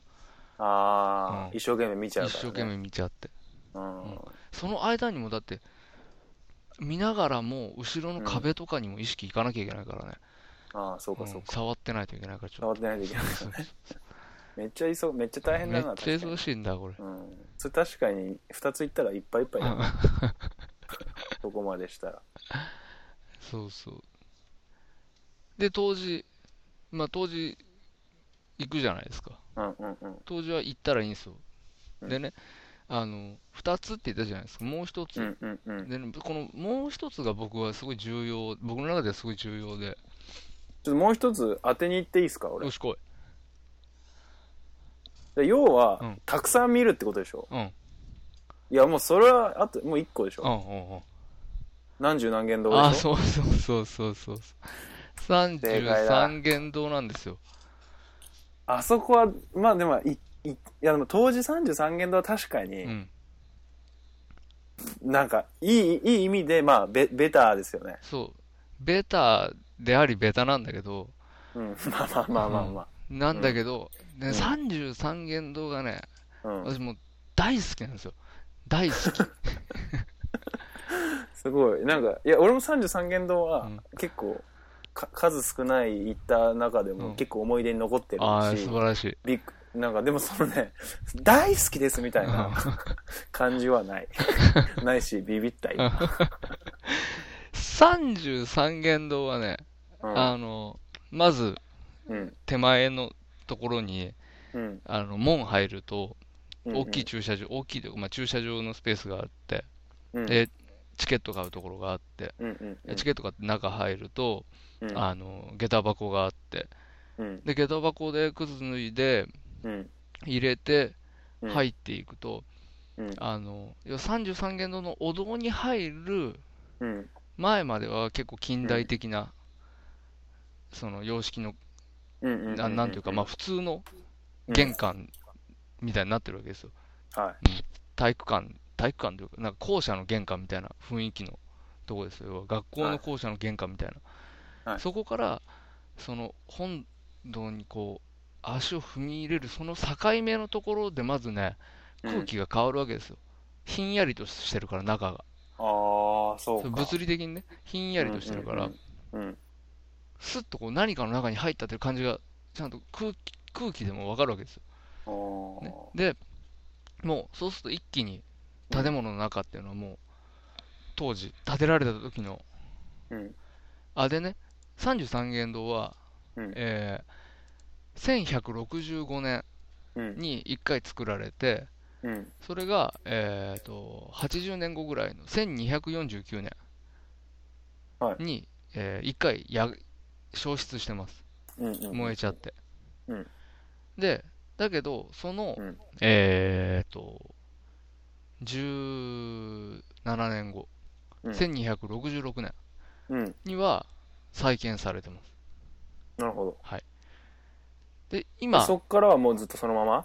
ああ、
うん
一生懸命見ちゃう
一
から、ね、
生懸命見ちゃって。
うん、
うんその間にもだって、見ながらも後ろの壁とかにも意識いかなきゃいけないからね、
ああそう
う
か
ん
そうか、
触ってないといけないから、ちょ
触
っ
ってないといけない
と、
めっちゃいそめっちゃ大変
め
だ
っ
な
ちゃ
確か
忙
に
しいんだ、これ。
うん、それ確かに2つ行ったらいっぱいいっぱいだな、そこまでしたら
そうそう。で、当時、まあ当時、行くじゃないですか。
うんうんうん
当時は行ったらいいんですよ。
うん
でね、あの、二つって言ったじゃないですか、もう一つ。
うんうんうん
でね、このもう一つが僕はすごい重要、僕の中ではすごい重要で、
ちょっともう一つ当てに行っていいですか俺
よし来い。
で要は、
うん
たくさん見るってことでしょ
うん、うん、
いやもうそれはあともう1個でし
う
ょ
ん、うん。
何十何件ど
あ
う
あ、
でしょ
そうそうそうそうそう。
正解だ
33言動なんですよ。
あそこはまあでもいいいやでも当時33件堂は確かに、
うん。
なんか、いい、いい意味で、まあ、ベ、ベターですよね。
そう。ベタでありベタなんだけど、
うん。 まあまあまあまあま
なんだけど、ね、
うん
33言動がね、
あ。うん。
私もう大好きなんですよ。大 好き。
すごい。なんか、いや、俺も33言動
う
は
ん、
結構、か数少ない行った中で
う
も
ん
結構思い出に残ってるし、
ああ、素晴らしい。
びっくなんかでもそのね、大好きですみたいな 感じは ない。ないし、ビビった今。
33言動はね、
うん
あの、まず
うん。
手前のところに、
うん。
あの、門入ると、
うん
大きい駐車場、大きいというか、まあ、駐車場のスペースがあって、
うん。
で、チケット買うところがあって、
うんうんうん。
チケット買って中入ると、
うん
あの、下駄箱があって、
うん。
で、下駄箱で靴脱いで、
うん。
入れて、
うん
入っていくと、
うん。
あの、要は33軒堂のお堂に入る
うん。
前までは結構近代的な、その様式の、
うん。
ななんていうか、まあ普通の玄関みたいになってるわけですよ。
あ。はい。
体育館、体育館というか、なんか校舎の玄関みたいな雰囲気のとこですよ。要は学校の校舎の玄関みたいな。
はい
そこから、その本堂にこう、足を踏み入れる、その境目のところでまずね、空気が変わるわけですよ。ひんやりとしてるから、中が。
ああ、そうか。
物理的にね、ひんやりとしてるから、
うん。うん。
スッとこう何かの中に入ったという感じが、ちゃんと空気空気でもわかるわけですよ。
あー
ね、で、もうそうすると一気に建物の中っていうのはもう、当時、建てられた時の、
うん。
あ、でね、33間堂は、
うん
えー1165年
うん。
に1回作られて、
うん。
それが、えー、と80年後ぐらいの1249年
はい
に、え1回や消失してます。
うん。うん
燃えちゃって、
うん
でだけどその、
うん
えーっと17年後、
うん
1266年
うん。
には再建されてます
なるほど。
で今
そ
そ
っからはもうずっとそのまま
う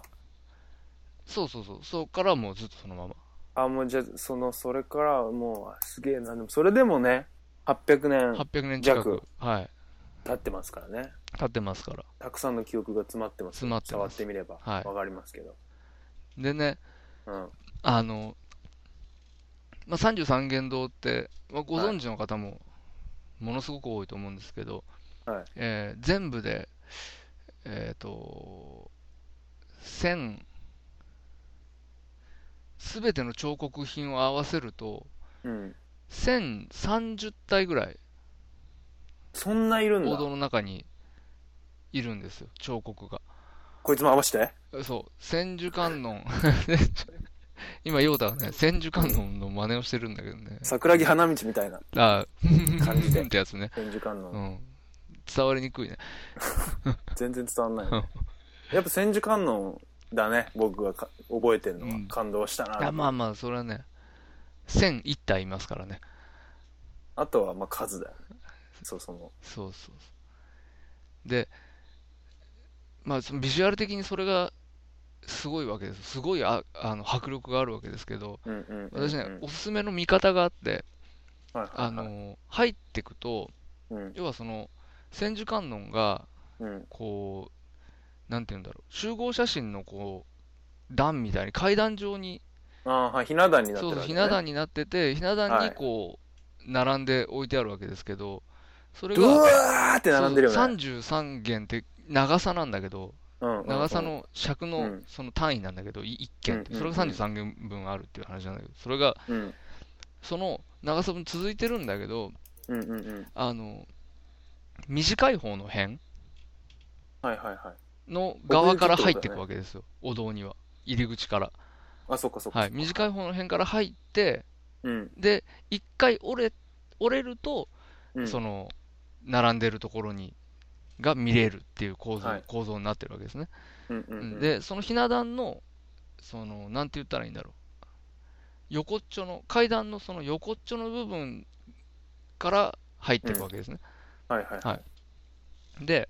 そうそうそっからもうずっとそのまま
あ、もうじゃあ、その、それからはもう、すげえな。でも、それでもね、800年
800年近く
弱
はい
経ってますからね。
経ってますから
たくさんの記憶が詰まってます。
詰まって
触
ま
っ
す
てみれば、
はい
わかりますけど。
でね
うん。
あの、まあ、33間堂って、まあ、ご存知の方もものすごく多いと思うんですけど、
はい
えー全部で、えっ、と、1000、すべての彫刻品を合わせると、
うん。
1030体ぐらい、
そんないるん
王
だ。
道の中にいるんですよ、彫刻が。
こいつも合わせて。
そう、千手観音。 今、ヨータがね、千手観音の真似をしてるんだけどね。
桜木花道みたいな
あ
感じ
う
で
んっ。てやつね。
展示館
う
の。
ん。伝わりにくいね。
全然伝わんないね。やっぱ千手観音だね、僕がか覚えてるのは。
うん
感動したな。
あまあまあ、それはね、1001体いますからね。
あとは、まあ、数だよね。そう、その。
そうそうそう。で、まあ、そのビジュアル的にそれがすごいわけです。すごいああの迫力があるわけですけど、
うんうんうんうん。
私ね、おすすめの見方があって、
はいはいはい
あ、の、入ってくと、
うん
要はその、千手観音が、
うん
こう、なんて言うんだろう、集合写真のこう、段みたいに階段状に
ああ、はい、ひな壇になって
そ
るわ
うそう、
け
ひ
ね
な壇になってて、ひな壇
はい
にこう、並んで置いてあるわけですけど、それ
うわ
が、
ーって並んでるよね。
33軒って長さなんだけど、
うんうんうん
長さ。の尺
う
の
ん
その単位なんだけど、1軒って、
うん
それが33軒分あるっていう話なんだけど、それが、
うん。
その長さ分続いてるんだけど、
うんうんうん。
あの、短い方の辺
はいはいはい。
の側から入って
奥行きってことだ
いく
ね
わけですよ、お堂には。入り口から。
あ、そっかそっか。
はい。短い方の辺から入って、
うん。
で、1回折れ、折れると、
うん。
その並んでるところにが見れるっていう構造,、
はい
構造になってるわけですね。
うんうんうん、
で、そのひな壇の、その、なんて言ったらいいんだろう。横っちょの、階段のその横っちょの部分から入ってるわけですね。
はいはい。
で、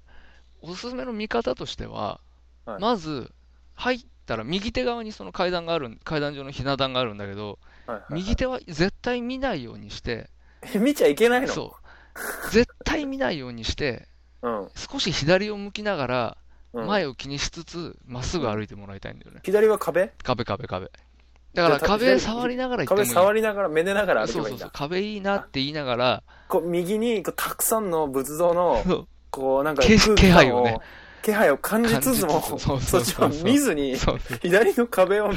おすすめの見方としては、
はい
まず、入ったら、右手側にその階段があるん、階段上のひな壇があるんだけど、
はいはいはい
右手は絶対見ないようにして、
え 見ちゃいけないの
そう。絶対見ないようにして、
うん。
少し左を向きながら、
うん、
前を気にしつつ、まっすぐ歩いてもらいたいんだよね。
左は壁
壁、壁、壁。だから
じゃあた
壁触りながら行っても
壁
いい。
触りながら、めでながら歩け
そう
ばいい
そうんそう
だ。。
壁いいなって言いながら、
こう右にこうたくさんの仏像の、
そう
こうなんか
け
空
気
気
配
感
を
を、
ね
気配を感じつつも、
感じつつ
そ
そうそうそう
っちを見ずに、
そうそう
左の壁を見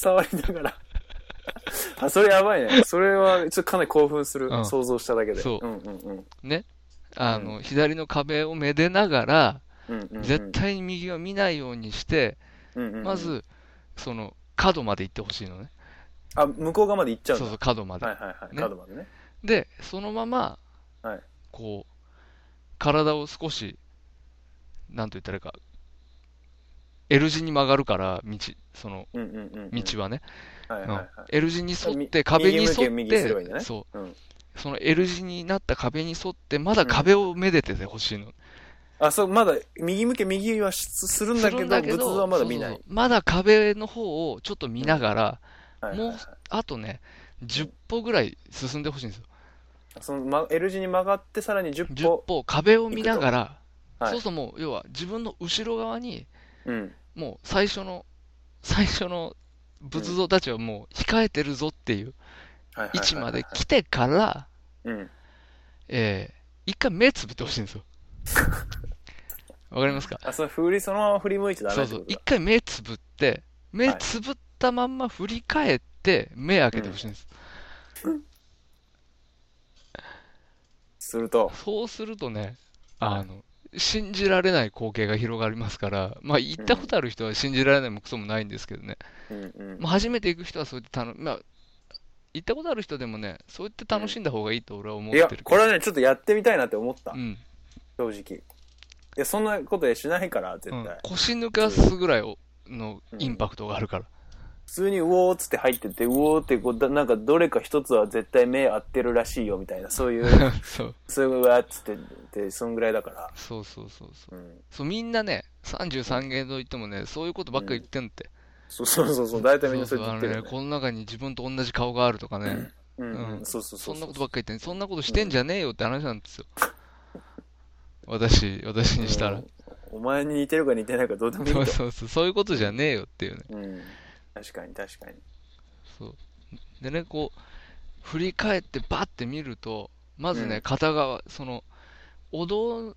触りながら。 あ、それやばいね。それは、ちょっとかなり興奮する。
うん
想像しただけで。
そうん
うんうん。
ね。あの、左の壁をめでながら、
うんうんうん、
絶対に右は見ないようにして、
うんうんうん
ま、ず、その、角まで行ってほしいのね。
あ、向こう側まで行っちゃ
そうう
だ。
んそう、角まで
は。いはいはい。
ね
角までね。
で、そのまま
はい、
こう、体を少し、なんと言ったらいいか、L 字に曲がるから、道、その、
うんうんうんうん。
道はね。
はいはいはい。
うん L 字に沿っ
み
て、壁に沿っ
右向け右すればいいんだ
て、
ね
そう
うん。
その L 字になった壁に沿って、まだ壁をめでててほしいの。
あ、そう、まだ、右向け右はしするんだけど、仏像はまだ見な
そ
い
うそう。そうまだ壁の方をちょっと見ながら、
はいはい
も
は
う
い、
あとね、10歩ぐらい進んでほしいんですよ。
その、ま、L 字に曲がって、さらに10
10
歩。
歩、壁を見ながら、
とはい
そうそうもう、要は自分の後ろ側に、
うん。
もう最初の、最初の仏像たちはもう控えてるぞっていう
はいはいはいはい
位置まで来てから、
うん。
えー一回目つぶってほしいんですよ。わかりま すか
あ、その振り、そのまま振り向いちゃダ
そ
メ
う
って
そ
こ
う
と。
一
だ。
回目つぶって、目
はい
つぶったまんま振り返って、目開けてほしいんです。
すると、
そうするとね、あの、信じられない光景が広がりますから、まあ、行ったことある人は信じられないもクソもないんですけどね。
うんうん。
まあ、初めて行く人はそうやって楽、まあ、行ったことある人でもね、そうやって楽しんだ方がいいと俺は思っ
い
てる
や
けど。、
これはね、ちょっとやってみたいなって思った
う。ん。
正直。いや、そんなことしないから、絶
うん
対。
腰抜かすぐらいをのインパクトがあるから。
普通にうおーっつって入ってって、うおーってこうだ、なんかどれか一つは絶対目合ってるらしいよみたいな、そういう、
そう
そういううわーっつって、で、そんぐらいだから。
そうそうそうそう。
うん。
そう、みんなね、33芸能行ってもね、そういうことばっかり言ってんって。
そうそうそうそう、大体みん
そ
なそ
うそうう、
や
あ
っ
の
て言
ね
って、るよね。
この中に自分と同じ顔があるとかね、
うん、う
うん
ん、そうそうそ
そ
うんそ
な
う
ことばっかり言ってん、そんなことしてんじゃねえよって話なんですよ。私、私にしたら。
お前に似てるか似てないかどうでもいい
そう
と。
そうそう、そういうことじゃねえよっていうね。
うん。確かに確かに。
そう。でね、こう、振り返ってバッて見ると、まずね、
うん
片側、その、お堂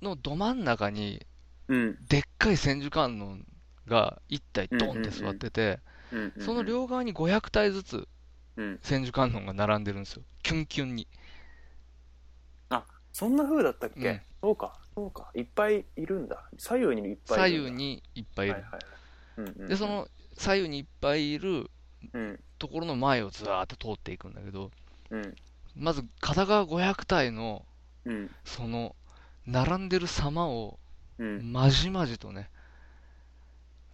のど真ん中に、
うん。
でっかい千手観音が一体ドンって座ってて、
うんうん、うん。
その、両側に500体ずつ
うん。
千手観音が並んでるんですよ。キュンキュンに。
そんな風だったっけ、
うん
そうか、そうか。いっぱいいるんだ。左右にいっぱいい
左
るんだ。
右にいっぱいい
は
る
い。はい。うんうんうん
で、そ、の左右にいっぱいいる
うん。
ところの前をずーっと通っていくんだけど、
うん。
まず片側500体の、
うん。
その、並んでる様を、
うん。
まじまじとね、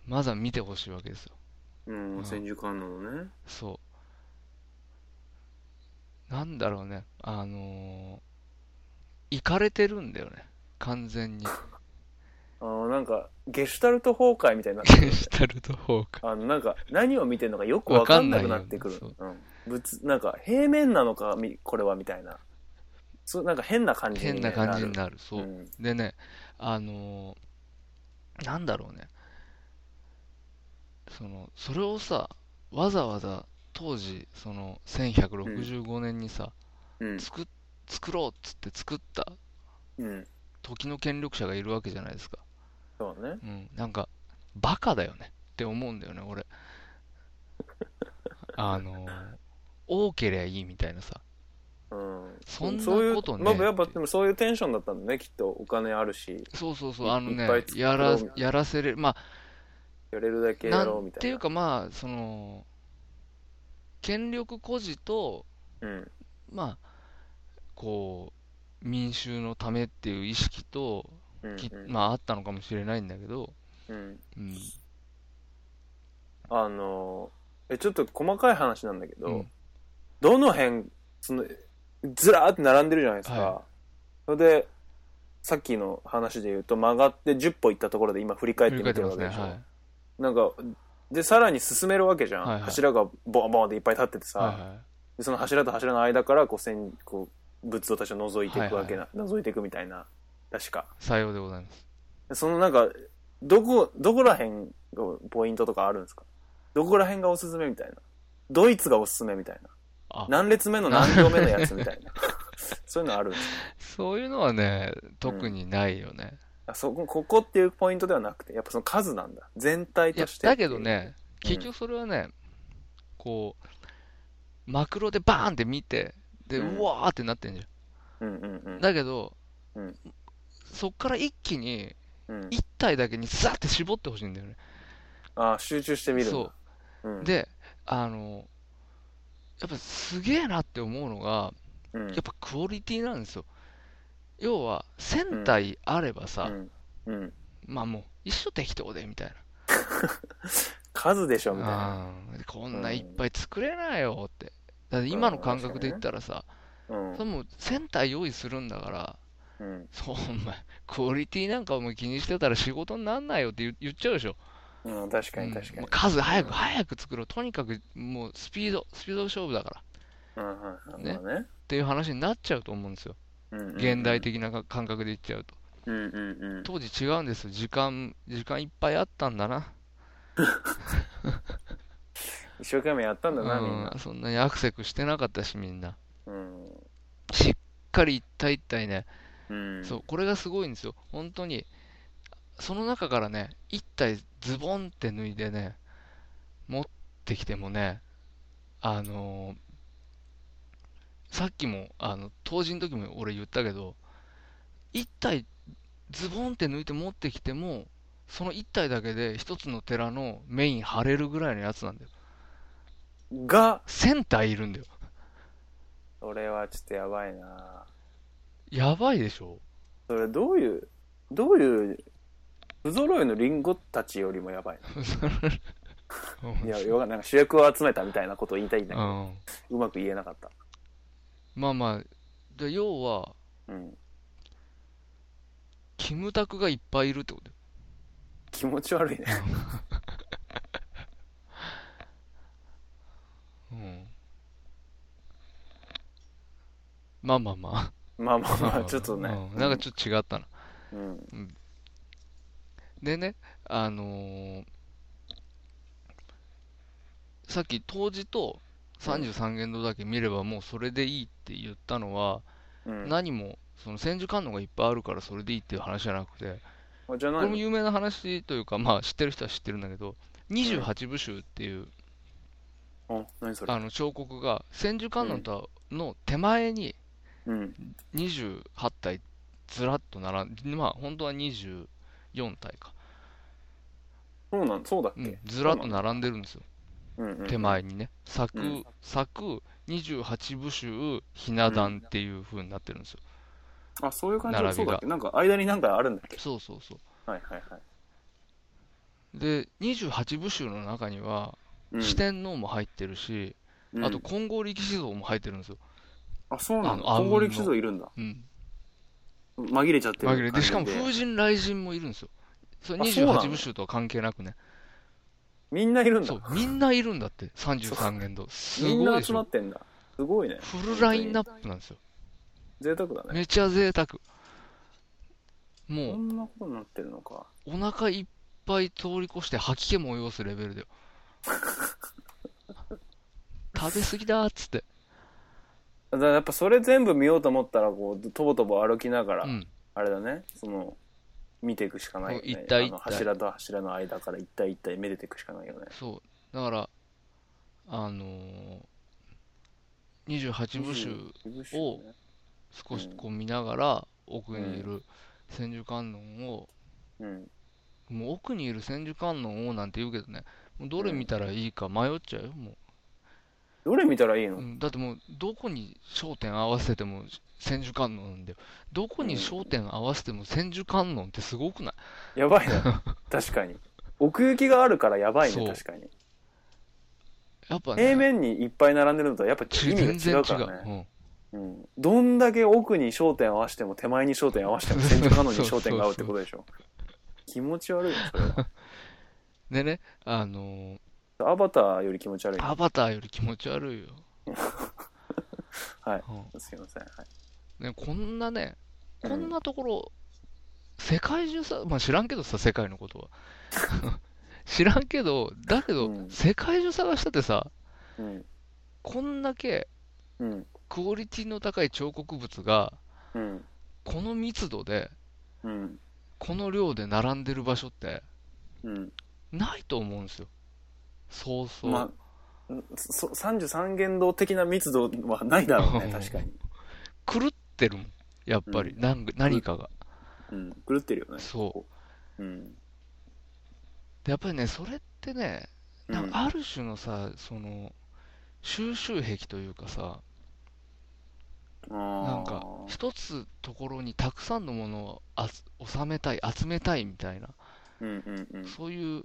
まずは見てほしいわけですよ。
う。
うんん
千手観音のね。
そう。なんだろうね、あのー、行かれてるんだよね、完 全に。
あの、なんか、ゲシュタルト崩壊み たいになってく
デ
る。
ジタルとフォーク。
あの、なんか、何を見てるのかよくわかんなくなってくる。
わかん
うん。仏、なんか、平面なのか、みこれは、みたいな。そう、なんか変な感じ
変な感じ
る。
になる、そうう。
ん。
でね、あのーなんだろうね、その、それをさ、わざわざ当時、その、1165年にさ、
うん。
作っ作ろうっつって作った
うん。
時の権力者がいるわけじゃないですか。
そうね。
うん、なんか、バカだよねって思うんだよ ね、俺。あのー多けりゃいいみたいなさ。
うん。
そんな
ういう
ことね
まあ、やっぱ、でもそういうテンションだったんだね、きっと。お金あるし、
そうそうそ、
いう
あの
い
ね
っぱい、作ろう
やら
みたい、な
やらせれる、まあ、
やれるだけやろう、み
ん
たいな。
ていう、かまあその権力誇示と
うん。
まあこう民衆のためっていう意識と
うん
き、
うん
まああったのかもしれないんだけど、
うん。
うん
あの、え、ちょっと細かい話なんだけど、
うん
どの辺、その、ずらーって並んでるじゃないですか。
は
それで、さっきの話で言うと、曲がって10歩行ったところで今振り返って
振
み
り返ってて
る
ま
わ
す
け
ね
でしょ。
は
なんか、で、さらに進めるわけじゃん。
はいはい
柱がボンボンっていっぱい立っててさ、
はいは
でその柱と柱の間からこう線、こう、仏像たちを覗いていくわけな、覗いていくみたいな、確か。
い。さようでございます。
でそのなんか、どこ、どこら辺がポイントとかあるんですかどこら辺がおすすめみたいな。ドイツがおすすめみたいな。
あ、
何列 目の何行目のやつみたいな。 そういうのあるんですか
そういうのはね、特にないよね。
あそこ、ここっていうポイントではなくて、やっぱその数なんだ。全体
いや
とし、て。
だけど。ね、結局それはね、こう、マクロでバーンって見て、で、
うん
うわーってなってんじゃ
うんうんうん
ん。。だけど
うん、
そっから一気に、
うん、
一体だけにザって絞ってほしいんだよね。
あ集中してみるんだ、
そうう。
ん、
で、あの、やっぱすげえなって思うのが、
うん、
やっぱクオリティなんですよ。要は、1000体あればさ
う、んうん、
まあもう、一緒適当で、みたいな。
数でしょみたいな、
うんこんないっぱい作れないよって。だって今の感覚で言ったらさ、
うん
それもう1000体用意するんだから、
うん
そう、お前、クオリティなんかお前気にしてたら仕事になんないよって言言っちゃうでしょ。
うん、確か
う
に
ん
確か
も
に
う、数早く早く作ろう。とにかくもうスピード、スピード勝負だから。
うんうん
ね
まあね
っていう話になっちゃうと思うんですよ。
うんうんうん、
現代的なか感覚で言っちゃうと。
うんうんうん
当時違うんですよ。時間、時間いっぱいあったんだな。
一生懸命やったんだな、みんな
うん、そんなにアクセクしてなかったし、みんな。
うん
しっかり一体一体ね、
うん
そう、これがすごいんですよ。本当に、その中からね、一体ズボンって脱いでね、持ってきてもね、あのーさっきも、あの、当時の時も俺言ったけど、一体ズボンって抜いて持ってきても、その一体だけで一つの寺のメイン張れるぐらいのやつなんだよ。
が
1000体いるんだよ。
それはちょっとやばいな
やばいでしょ
それどういうどういう不揃いのリンゴたちよりもやばい ないやよくなんか主役を集めたみたいなことを言いたいんだけ
う
ど、
ん。
うまく言えなかった
まあまあ、で要は、
うん
キムタクがいっぱいいるってことよ
気持ち悪いね
うん。まあまあま
まあまあ
あ。
まあちょっとね、
うんなんかちょっと違ったな。
うん
でね、あのーさっき当時と33元堂だけ見ればもうそれでいいって言ったのは、
うん
何も、その千手観音がいっぱいあるからそれでいいっていう話じゃなくて、
あじゃあ
これも
何
有名な話というか、まあ知ってる人は知ってるんだけど、28部衆っていう、
あ何それ
あの彫刻が千手観音とはの手前に
うん
28体ずらっと並んで、まあ本当は24体か、
そうなんそうだっ
う
け、
ん、ずらっと並んでるんですよ、
うんうん、
手前にね。
う
柵
ん、
柵、28部衆、ひな壇っていう風になってるんですよ。
あそういう感じ
並
だ
び
そうだっ
が
けなんか間になんかあるんだっけ
そうそうそう。
はいはいはい、
で、28部衆の中には、
うん
四天王も入ってるし、
うん
あと金剛力士像も入ってるんですよ。
あそうな
あ
の
の暗雲
金剛力士像いるんだ
うん。
紛れちゃってる
紛れで、しかも
感じ
風神雷神もいるんですよ。それ
あそうなの
28部衆とは関係なくね。
みんないるんだ
そう、みんないるんだって、33元堂。す
みん
ごい
な
でし
集ま
ょ。
ってんだすごいね
フルラインナップなんですよ。
贅沢だね
めちゃ贅沢。
こ
も
んなことになってるのか
う、お腹いっぱい通り越して吐き気も催すレベルだよ。食べ過ぎだーっつって。
だからやっぱそれ全部見ようと思ったらこうとぼとぼ歩きながら、
うん。
あれだねその見ていくしかないよね
そう一体一体
あの柱と柱の間から一体一体めでていくしかないよね
そう。だから、あのー、28部衆を少しこう見ながら、奥にいる千手観音を、
うん
もう奥にいる千手観音をなんて言うけどね、もうどれ見たらいいか迷っちゃうよ、も。
どれ見たらいいうの、
うんだってもう、どこに焦点合わせても千手観音なんだよ。どこに焦点合わせても千手観音ってすごくない
やばい な確かに奥行きがあるからやばい
そう
ね確かに
やっぱね、
平面にいっぱい並んでるのとやっぱ
ち
意味が違う
全然
か
違
ら
う。
ね、
うん
うん、どんだけ奥に焦点合わせても手前に焦点合わせても先手可能に焦点が合うってことでしょ気持ち悪いなそれは
でね、あのー
アバターより気持ち悪い。
アバターより気持ち悪いよ。
はい。
うん
すいません。はい。
ね、こんなね、
うん
こんなところ、世界中さ、まあ知らんけどさ、世界のことは。 知らんけど、だけど
う、ん
世界中探したってさ、
うん。
こんだけ
うん。
クオリティの高い彫刻物が、
うん。
この密度で、
うん。
この量で並んでる場所って、
うん。
ないと思うんですよ。そうそう。
まあ、んそ33言動的な密度はないだろうね、確かに。
狂ってるもん。やっぱり、
う
なんか何かが。
うん。狂ってるよね。。
そう
うん。
でやっぱりね、それってね、
う
なん
ん
かある種のさ、その、収集癖というかさ、なんか、一つところにたくさんのものをあつ収めたい、集めたいみたいな、
うんうんうん。
そういう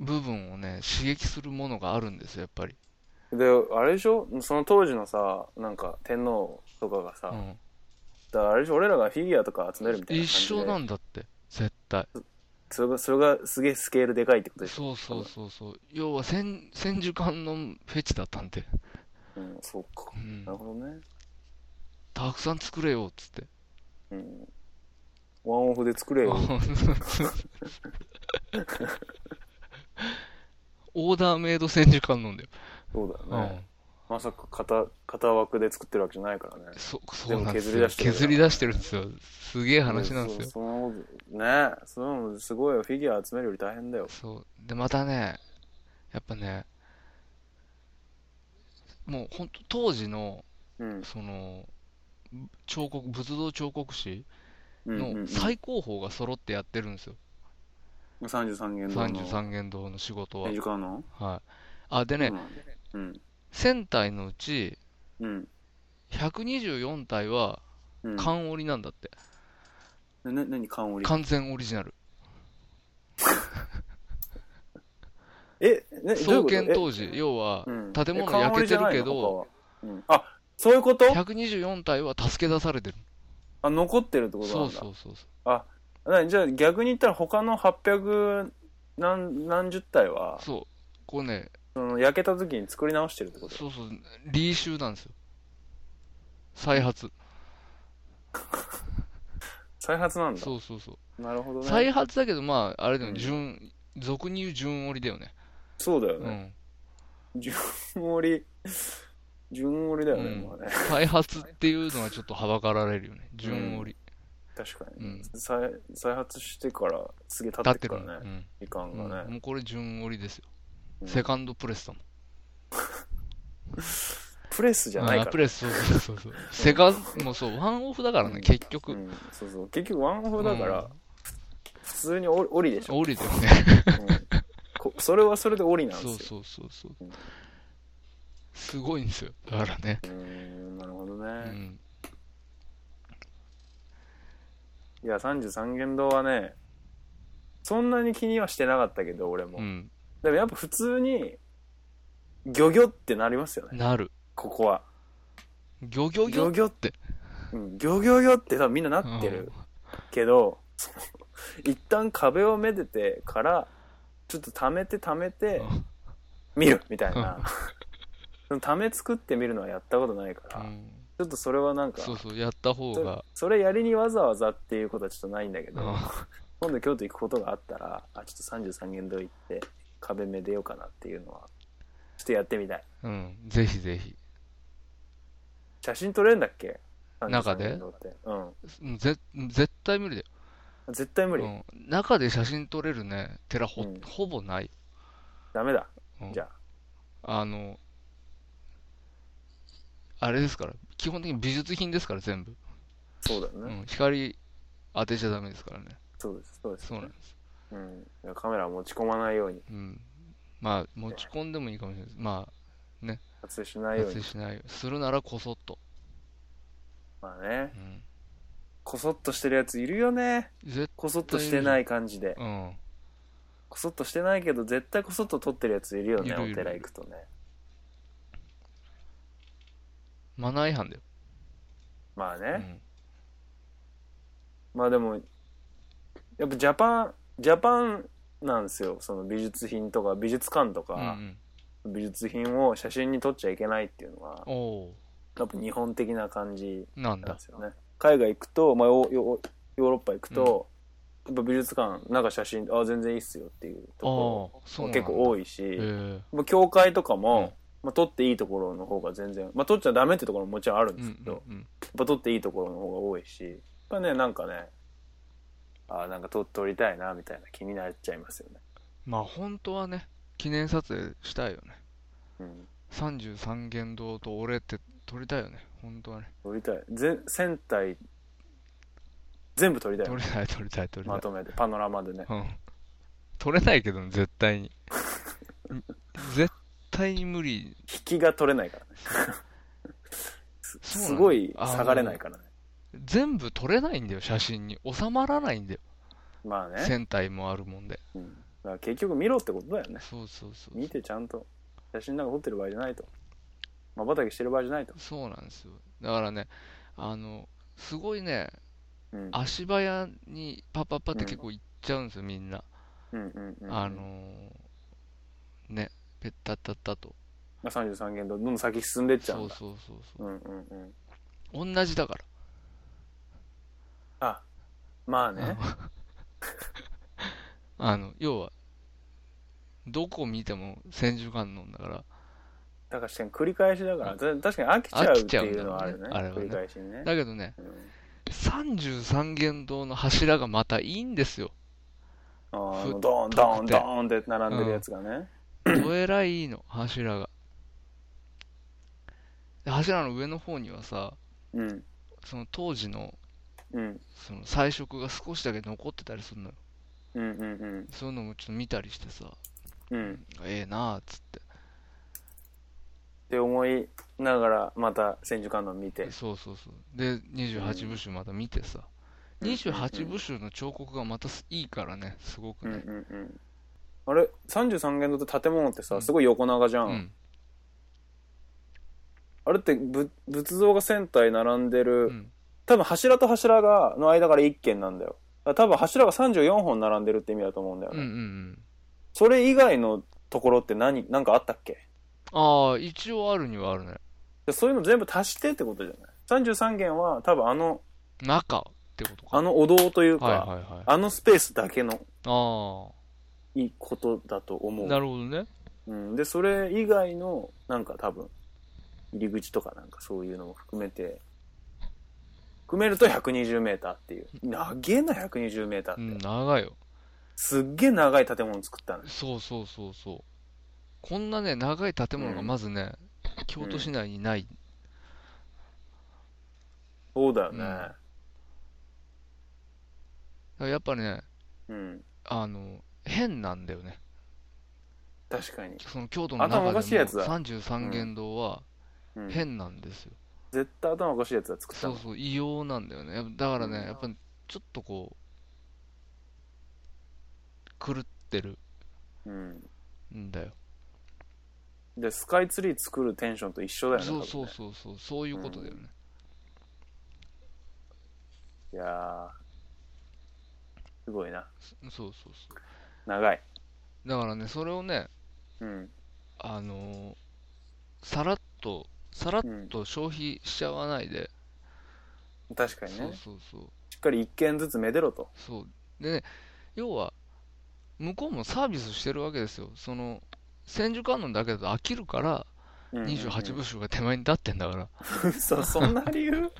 部分をね、刺激するものがあるんですよ、やっぱり。
で、あれでしょその当時のさ、なんか天皇とかがさ、
うん。
だからあれでしょ俺らがフィギュアとか集めるみたいな
一
感じで。
緒なんだって、絶対。
それが、それがすげえスケールでかいってことでしょ
そうそうそうそう。要は千、千手観音フェチだったんで、
うん、そうか
う。ん
なる。ほどね。
たくさん作れよ、っつって。
うん。ワンオフで作れよ。
オーダーメイド千手観音だよ。
そうだ
う
よ
ん
ね。。まさか型、型枠で作ってるわけじゃないからね。
そそうなんです
で
よ
も
削
削
り
り
出
出
してるんですよすげえ話なんですよ
そそんなこと、ねえ、そんなのすごいよ。フィギュア集めるより大変だよ。
そうでまたねやっぱねもう本当当時の
うん。
その彫刻仏像彫刻師
うんうん、う
の
ん。
最高峰が揃ってやってるんですよ
33元堂の。
33元堂の仕事は
円熟なの
はいあでね
そうなんだ
1000体のうち
うん。うん。
124体は
うん。
缶織りなんだって
な、な、何、缶折り
完全オリジナル
え、ね、ど
創
ういう
建
こと
当時要は
えうん
建
え
物
缶
焼け
折じ
て
ゃ
る
ない
け
の
ど、
他はうんあ、そういうこと
124体は助け出されてる
あ、残ってるってこと
そ
な
うん
だ。
そうそうそう
なじゃあ逆に言ったら他の800何何十体は、
そうこうね
その焼けた時に作り直してるってこと
そうそうリーシューなんですよ再発
再発なんだ。
そうそうそう
なるほど
再
ね。
発だけどまああれでも
うん
順、俗に言う順折りだよね
そうだよ
う
ね。
ん
順折り、順折りだよね、
うん
もうね。
再発っていうのはちょっとはばかられるよね順折り
確かに、
うん
再。再発してからすげえ経
立
っ
ってて
く
る
か
の
ら
う
ね、
ん
時間
うん
がね。
もうこれ順折りですよ
うん
セカンドプレスだもん
プレスじゃない
あ
か
プ
ら。
レスそうそうそうそうセカンドもうそうワンオフだから
う
ね
ん
結
う
局
ん、そうそう。結局ワンオフだから、
うん
普通に折折りでしょ。
折りだよね
うんこそれはそれで折りなんです
そ
よ。
うそうそうそ
う
う
ん
すごいんですよだからね
うーん、なるほど
う
ね。
ん
いや、33元堂はね、そんなに気にはしてなかったけど、俺も。
うん
でもやっぱ普通に、ギョギョってなりますよね、
なる
ここは。
ギョギョ
ギ
ギョ。
ョギョってうん、ギョギョギョって多分みんななって
うん
るけど、その一旦壁をめでてから、ちょっと溜めて溜めて、見るみたいな。その溜め作ってみるのはやったことないから、
うん
ちょっとそれはなんか、
そうそう、やった方が
そ、それやりにわざわざっていうことはちょっとないんだけ
う
ど、
ん
今度京都行くことがあったらあちょっと33軒堂行って壁めでようかなっていうのはちょっとやってみたい
うん、ぜひぜひ。
写真撮れるんだっけ
中で
33間堂ってう
うんぜ絶対無理だよ。
ん絶対無理、
うん、中で写真撮れるね、寺ほ,、
うん
ほぼない。
ダメだ、
うん
じゃあ
あの、あれですから、基本的に美術品ですから、全部。
そうだよね、
うん、光当てちゃダメですからね。
そうですそうです
そうなんです。
うんいやカメラ持ち込まないように
うん。まあ、持ち込んでもいいかもしれないです。ま
撮影し
あ、
ないよう
撮影
に
しないようにするならこそっと。
まあね
うん。
こそっとしてるやついるよね
絶
こそっとしてない感じで
うん。
こそっとしてないけど絶対こそっと撮ってるやついるよね
いる
お
いる
寺行くとね
マナー違反だよ。
まあね、
うん。
まあでも、やっぱジャパン、ジャパンなんですよその美術品とか美術館と
うん
か、
うん。
美術品を写真に撮っちゃいけないっていうのは
おお
やっぱ日本的な感じ
ー、なん
なん
だ
で。すよね海外行くと、まあ、ヨヨヨーロッパ行くと、やっぱ美術館なんか写真あ全然いいっすよっていうと
ああー
こ、
そ
ろ
う
も
なんだ。
結構多いし、
へえ。
まあ、教会とかも、
うん
まあ、撮っていいところの方が全然、まあ、撮っちゃダメってところももちろんあるん
う
ですけ
ん
ど、
う
やっ
ん
ぱ撮っていいところの方が多いしやっぱねなんかねあーなんか撮撮りたいなみたいな気になっちゃいますよね、
まあ本当はね、記念撮影したいよね。
うん、
33間堂と俺って撮りたいよね。本当はね。
撮りたいぜ船体全部撮りたいよ
撮
ね
りたい、撮りたい、撮りた
ま
い。
とめてパノラマでね
うん。撮れないけどね、絶 対に。ん絶対に無理。
引きが取れないからねす
そうな
す
の
ごい下がれないからね
全部撮れないんだよ、写真に。収まらないんだよ。
まあね、
船体もあるもんで。
うん、だから結局見ろってことだよね
そうそうそう
見。てちゃんと写真なんか撮ってる場合じゃないとまばたきしてる場合じゃないと、
そうなんですよ。だからね、あの、すごいね、
うん、
足早にパッパッパって結構行っちゃうんですよ、みんな。
うんうんうんうん
あのーね、ペッタッタッタと。
まあ、33件どんどん先進んでっちゃ
そううん
だ
そうそうそう
うんうんうん
同じだから。
あまあね
あの、要は、どこ見ても千手観音だから、
だから繰り返しだからた確かに飽きちゃうっていうのはあるね
飽きちゃうんだろうねあれはね
繰り返しにね
だけどね、
うん
33間堂の柱がまたいいんですよ。
あーあ
ふ
のドーンドーンドーンって並んでるやつがね、
どえらいいいの、柱が。で柱の上の方にはさ、
うん、
その当時の、
うん
その彩色が少しだけ残ってたりするのよ。
うんうんうん
そういうのもちょっと見たりしてさ、
うん
ええなあっつって。
って思いながらまた千手観音見て
そうそうそう。で、28部首また見てさ、
うん
28部首の彫刻がまたいいからね、すご
う
く
んう
ね。
んうんあれ33軒の建物って
う
さ
ん
すごい横長じゃん、
うん。
あれってぶ仏像が1000体並んでる、
うん。
多分柱と柱がの間から1軒なんだよだから多分柱が34本並んでるって意味だと思うんだよ
う
ね、
んうんうん。
それ以外のところって何なんかあったっけ
ああ、一応あるにはあるね。
でそういうの全部足してってことじゃない33軒は多分あの
中ってことか。
あのお堂というか、
はいはいはい。あ
あのスペースだけの
あ
いいことだと思
ー。
う
なるほどね。
うん、でそれ以外のなんか多分入り口とかなんかそういうのも含めて含めると 120m っていう長えな 120m って、
うん、長いよ。
すっげえ長い建物作ったの
そうそうそうそう。こんなね、長い建物がまずね、京都市内にない。
そうだよね
やっぱね、
うん、
あの、変なんだよね。
確かに、
その京都の中で
頭お
も
かしいやつだ
33間堂は
うん、
変なんですよ。
絶対頭おかしいやつは作った
そ
の
うそう、異様なんだよね。やっぱだからね、
うん
やっぱちょっとこう、狂ってる
うん、
んだよ。
でスカイツリー作るテンションと一緒だよね
そう
多分
そう
ね
そうそう、そういうことだよね。
いやーすごいな
そうそうそう。
長い
だからね、それをね、
うん
あのーさらっと、さらっと消費しちゃわないで、
確かに
そう
ね
そうそう、
しっかり一軒ずつめでろと
そう。でね、要は、向こうもサービスしてるわけですよ。その、千手観音だけだと飽きるから、
うんうんうん
28部首が手前に立ってんだから、
嘘 そんな理由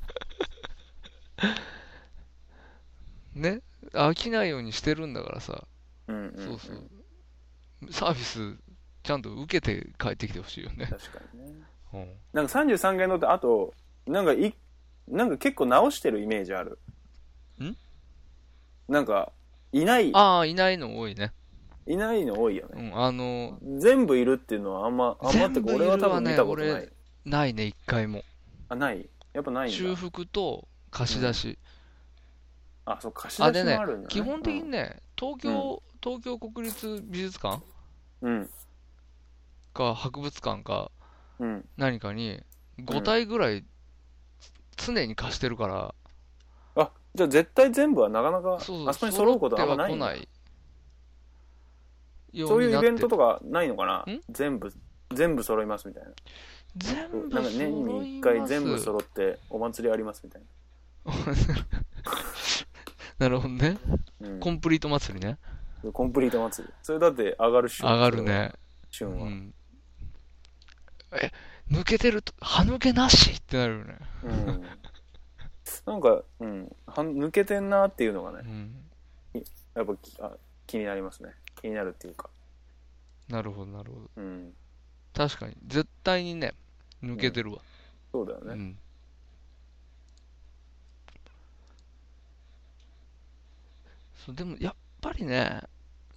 ね、飽きないようにしてるんだからさ、
うんうん、
そうそう、サービス、ちゃんと受けて帰ってきてほしいよね。
確かにね
うん
なんか33軒のってあとなんかいなんか結構直してるイメージある
ん
なんかいない
ああ、いないの多いね。
いないの多いよ
う
ね、
ん、あの、
全部いるっていうのはあんまあんまって
全
か
部いる
俺は多分見たこと
は
ない、
ね俺ないね、一回も。
あないやっぱない
修
んだ
復と貸し出し。
あそう貸し
あ、
出
で
しも
ね
あるんだ、ね、
基本的にね、東京、東京国立美術館
うん
か博物館か
うん
何かに5体ぐらい常に貸してるから、
あじゃあ絶対全部はなかなか
そうそう、
あそこに揃うことはあんま
揃っ
な
て
いんだ
は来ない。よ
そう
う
い
に
う
な
イ
っ
ベ
て
ントとかないのかなん全部、全部揃いますみたいな。
全
な
部
んか
揃い
年
ます
に1回全部揃ってお祭りありますみたい
なるほどね。
な。うん
コンプリート祭りね。
コンプリート祭り。それだって上がる旬。
上がる。ね。
旬
う
は。
ん。え、抜けてると、歯抜けなしってなるよね。
うん。なんか、うん、は抜けてんなっていうのがね、
うん。
やっぱきあ気になりますね。気になるっていうか。
なるほど、なるほど。
うん。
確かに。絶対にね、抜けてるわ。
そうだよ
う
ね。
ん。そう、でもやっぱりね、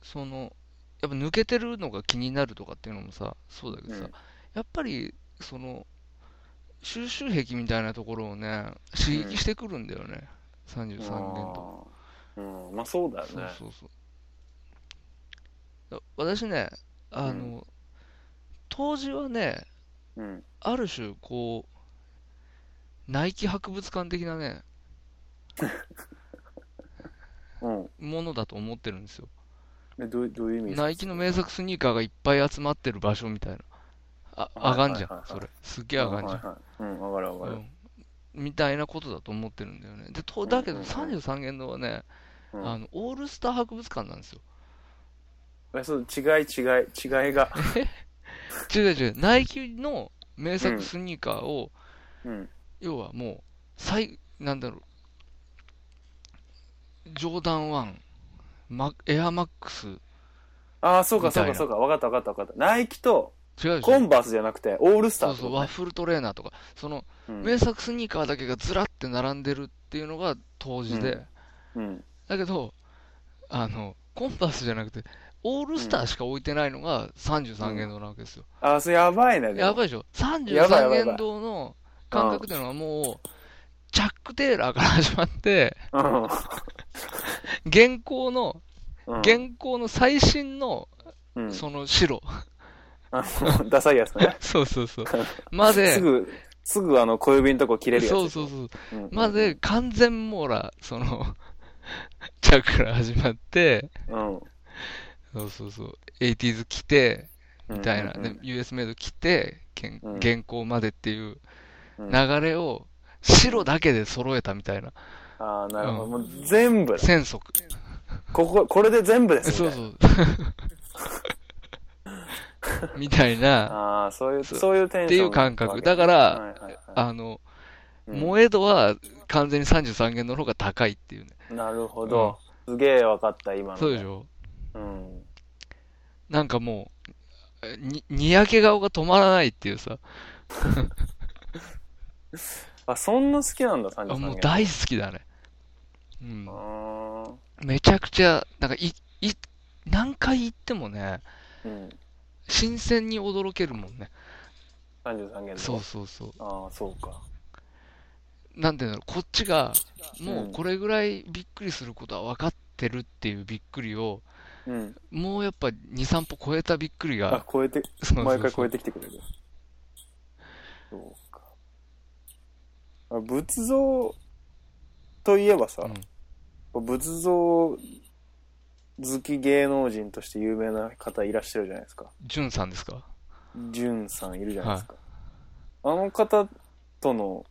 その、やっぱ抜けてるのが気になるとかっていうのもさ、そうだけどさ、
うん
やっぱり、その、収集癖みたいなところをね、刺激してくるんだよね、33年と。
あーうん、まあそうだよ
そう
ね。
そうそう。だ私ね、あの、当時はね、
うん。
ある種、こう、ナイキ博物館的なね、
うん。
ものだと思ってるんですよ。
えどうどういう意味ですか
ナイキの名作スニーカーがいっぱい集まってる場所みたいな。あ、
はい
あがんじゃ
はい
ん、
はい
それ。すっげえあがんじゃ
う
ん。
んはいはい、うん、上がる上が
う
る。
ん。みたいなことだと思ってるんだよね。で、と、だけど
うんうんうん
33元堂はね、
うん
あの、オールスター博物館なんですよ。
えそう違い違い違い が、
違う違う、ナイキの名作スニーカーを、
うん、
要はもう、最、なんだろう、ジョーダン1、マエアマックス、違
ああそうかそうか
みたいな
そうか分かった分かった分かったナイキと
うでしょ
コンバースじゃなくてオールスター
そう
って
そ
こ
う、
と
ワッ
ね
フルトレーナーとか、その、
うん
名作スニーカーだけがずらって並んでるっていうのが当時で、
ううん
だけどあのコンパスじゃなくてオールスターしか置いてないのが33元堂なわけですよ、
ああそれやばいね
やば
い
いでしょ
やばいやばい
33元堂の感覚っていうのはもうチャック・テイラーから始まって現行の
うん
現行の最新の
うん
そ の白、
あのダサいやつね
そうそうそうますで
ぐすぐあの小指のとこ切れるやつ
そうそうそう
うんうん
まで完全網羅その チャックから始まって
うんうん
そうそうそう。80s 来て、みたいな。
うん
で、US メイド来て、けん
うん
現行までっていう
うん
流れを、白だけで揃えたみたいな。
ああなるほど、
うん
もう全部だ
戦足。
こここれで全部ですみたい
そう
な
そう。 みたいな、
ああそういう
そう
そういうテンション
っていう感覚
わけ
だから
はいはいはい
あの、
うん
萌え度は完全に33元の方が高いっていうね。
なるほど、すげえ分かった今の
そうでし
ょ
ょ
うん
なんかもう、えに、にやけ顔が止まらないっていうさ、
あそんな好きなんだ33
あもう
元
大好きだね。うん。
あ
めちゃくちゃ、なんかい、い、何回行ってもね、
ーうん
新鮮に驚けるもんね。
33元
そうそうそう。
ああそうか
なんていうの、こっちが、もうんうこれぐらいびっくりすることは分かってるっていうびっくりを、
うん
もうやっぱ2、3歩超えたびっくり
あ
が、
超えて
そうそうそう
毎回超えてきてくれるそうかあ仏像といえばさ、仏像好き芸能人として有名な方いらっしゃるじゃないですか
うん。ジュンさんですか
潤さんいるじゃないですか、あの方との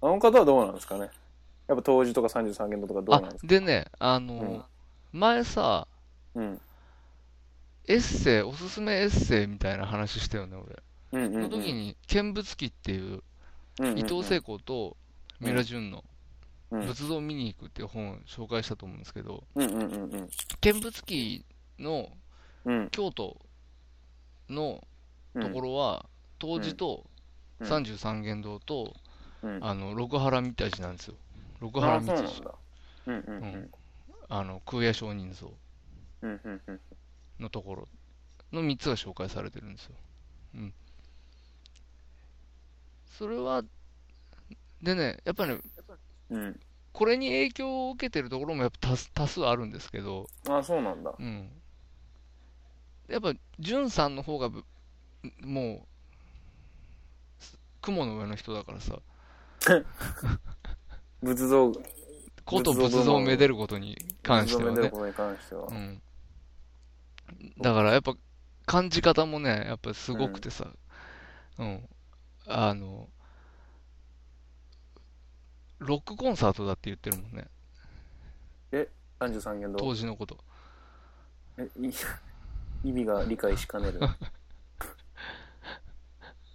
あの方はどうなんですかねやっぱ当時とか33元とかどう
あ
なんです、か
でね、あの、前さ、
うん
エッセイ、おすすめエッセイみたいな話したよね、俺。
うんうん
そ
うん
の時に、見物記っていう、
うんうんうん
伊藤聖子と三浦淳の
うん
仏像を見に行くっていう本を紹介したと思うんですけど、
うんうんうんうん
見物記の
うん
京都の
うん
ところは、当時と
うん
33元堂と、
うん
あの六原三田寺なんですよ六
あ
原
あそうな
三
ん
田
だ
寺
うんうんう
うんんあの空也上人像
うんうんうん
のところの3つが紹介されてるんですよ、うん、それはでねやっぱり、ね、
うん
これに影響を受けてるところもやっぱ多数多数あるんですけど、
ああそうなんだ
うん、やっぱ潤さんの方がぶもうす雲の上の人だからさ
仏像
こ
仏像
と仏像をめでることに関しては
仏像めでる
ね、
ことに関しては
うん、だからやっぱ感じ方もね、やっぱすごくてさ、うん。あの、ロックコンサートだって言ってるもんね、
え、33件ど
当
う
時のこと。
えい 意味が理解しか ねる。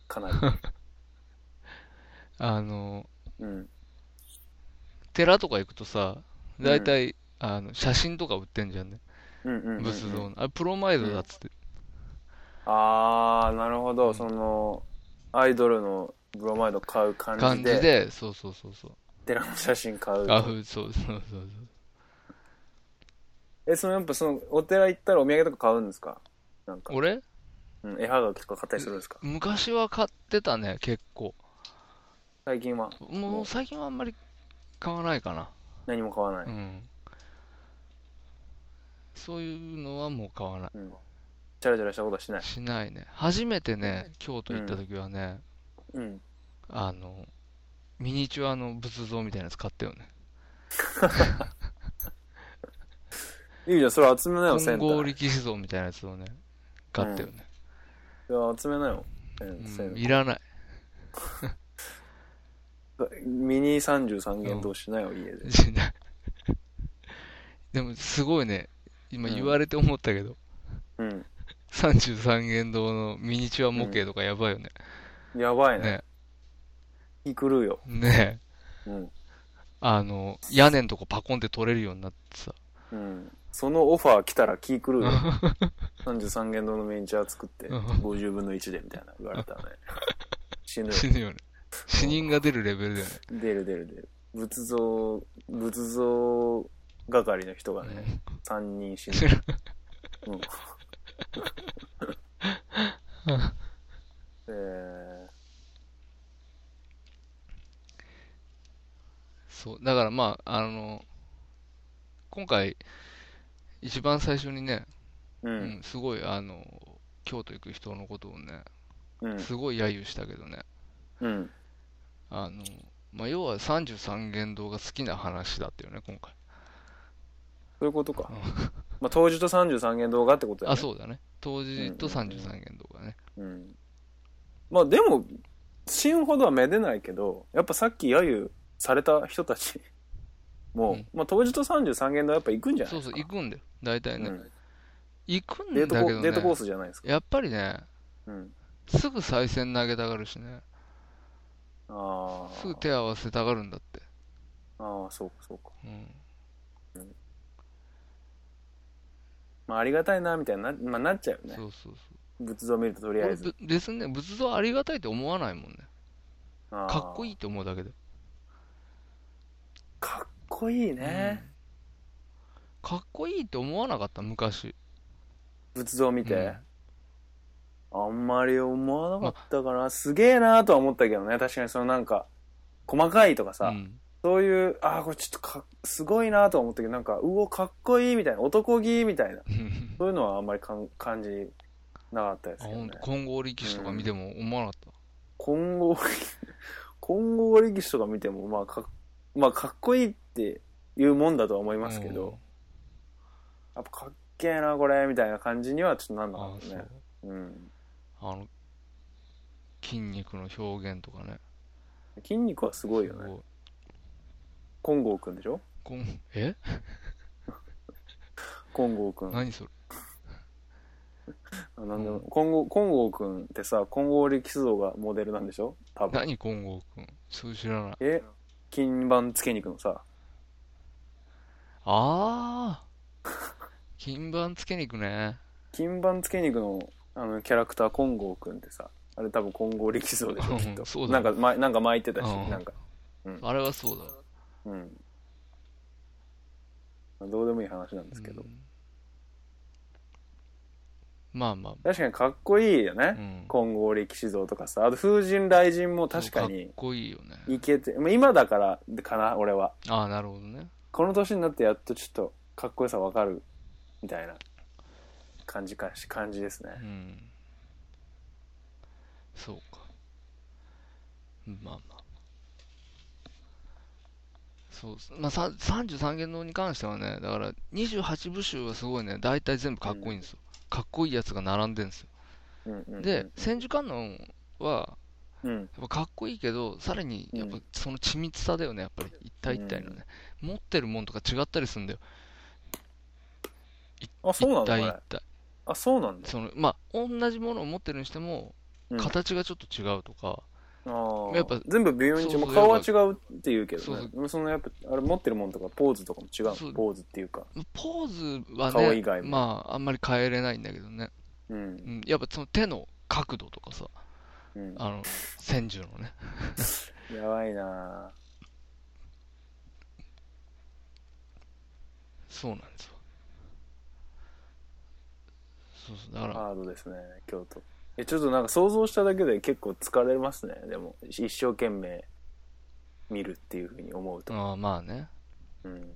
かな
あの、
り。うん。
寺とか行くとさ、大体、あの、写真とか売ってんじゃんね。
うんうんうん、うん。
仏像の。あれ、プロマイドだっつって。
あー、なるほど。その、アイドルのブロマイド買う感じで、
感じで、そうそうそうそう。
寺の写真買う。
あ、ふそうそうそうそう。
え、そのやっぱその、お寺行ったらお土産とか買うんですかなんか、
俺
うん、絵はがきとか買ったりするんですか
昔は買ってたね、結構。
最近は
もう最近はあんまり買わないかな。
何も買わ
う
ない。
ん。そういうのはもう買わない。
うん。チャラチャラしたことはしない。
しないね。初めてね、京都行った時はね、
うん。
あの、ミニチュアの仏像みたいなやつ買ったよね。
いいじゃん、それ集めなよ、セ
金
ンター。
剛力士像みたいなやつをね、買ったよね。
いや、集めなよ。え
うん
せん
いらない。
ミニ33元同士なよ、家で。
しない。 でもすごいね、今
うん
言われて思ったけど、
うん。
33元堂のミニチュア模型とかやばいよね。
やばいね。
ね
気狂うよ。
ね
うん。
あの、屋根のとこパコンって取れるようになってさ。
うん。そのオファー来たら気狂うよ。33元堂のミニチュア作って、
うん
50分の1でみたいな言われた らね。死ぬよ。
死ぬよね。死人が出るレベルだよね。
出る出る出る。仏像、仏像係の人がね、3人死ぬ。うん。 え
そう。だからまあ、あの、今回、一番最初にね、
ー、う。
うんん、すごい、あの、京都行く人のことをね、
うん。
すごい揶揄したけどね、
うん。
あの、まあ、要は33元堂が好きな話だったよね、今回。
そういうことか
うん。
まあ、当時と33元動画ってことだよ
あ、
ね。
そうだね。当時と
うんうんうん
33元堂がね。
うん。まあ、でも、死ぬほどはめでないけど、やっぱさっき揶揄された人たち も、
うん
まあ、当時と33元動画やっぱ行くんじゃない
そ
で
うそ
す
う、
か。
行くんだよ。大体ね。
うん
行くん
デート
だ
コ
け
ース、デート
ど
コー
ね、
スじゃないですか。
やっぱりね、
うん。
すぐ再選投げたがるしね、
あ
すぐ
あ。
手合わせたがるんだって。
ああ、そうか、そうか。
うん。
まあ、ありがたいな、みたいにな、まあ、なっちゃうよね
そ。うそうそう。
仏像見るととりあえ
俺
ず。
ぶ別にね、仏像ありがたいと思わないもんね。か
か
っこい
い。
いと思うだけで。
かっこいいね。
かっこいいと思わなかった、昔。
仏像見て。あんまり思わなかったかな。すげえなとは思ったけどね。確かにそのなんか、細かいとか
う
さ、
ん。
そういう、ああ、これちょっとか、すごいなとは思ったけど、なんか、うお、かっこいいみたいな、男気みたいな、
うん。
そういうのはあんまりかん感じなかったで
あ、
すけど
ほん
ね
と、。金剛力士とか見ても思わなかっ
今後、今後力士とか見ても、まあかっ、まあ、かっこいいっていうもんだとは思い
た。
ますけ
うん
ど、やっぱかっけえな、これ、みたいな感じにはちょっとなんなか
あ
っ
そ
たね
う。。
うん。
あの、筋肉の表現とかね。
筋肉はすごいよね。
こう
金剛くんでしょ
こんえ
金剛くん。
何それ
あなんでも、金剛、金剛くんってさ、金剛力士像がモデルなんでしょ多分。
何金剛くんそう知らない。
え金板付け肉のさ、
ああ。 金板付け肉ね。
金板付け肉のあのキャラクター金剛くんってさ、あれ多分金剛力士像でしょ、きっ
う
と。
んそうだ
な
ね
んか、ま、なんか巻いてたし、
うん
なんか。
あれはそうだ。
うん。まあどうでもいい話なんですけど。
うんまあまあ。
確かにかっこいいよね。
うん
金剛力士像とかさ、あと風神雷神も確か
か
に
っこいいよね。
いけて、まあ今だからかな、俺は。
ああ、なるほどね。
この年になってやっとちょっとかっこよさわかるみたいな感じかし感じですね
うん。そうか。まあまあ。そうっすまあ、さ33元堂に関してはね、だから28部集はすごいね、大体全部かっこいいんですよ。かっこいいやつが並んでるんですよ。
うんうんうん
で、千手観音は、
うん、
やっぱかっこいいけど、さらにやっ
う
ぱ
ん
その緻密さだよね、やっぱり一体一体のね、持ってるもんとか違ったりするんだよ、
あそうなん
一
だ
体
こ
一
れ
体、
あそうなんだ
そのまあ、同じものを持ってるにしても、
うん
形がちょっと違うとか、
あー
やっぱ
全部微妙に違う
そうそう
まあ顔は違うって言うけどね
そうそう
でもそのやっぱあれ持ってるもんとかポーズとかも違うの
そう
ポーズっていうか
ポーズは
顔以外
ね、
も
まあ、あんまり変えれないんだけどね、
うん
うん、やっぱその手の角度とかさ、
うん
あの千手のね、
やばいな
そうなんですよ。そうそう、だか
ぁ
ら、
ハードですね京都えちょっとなんか想像しただけで結構疲れますねでも一生懸命見るっていうふうに思うと、
あーまあね、
うん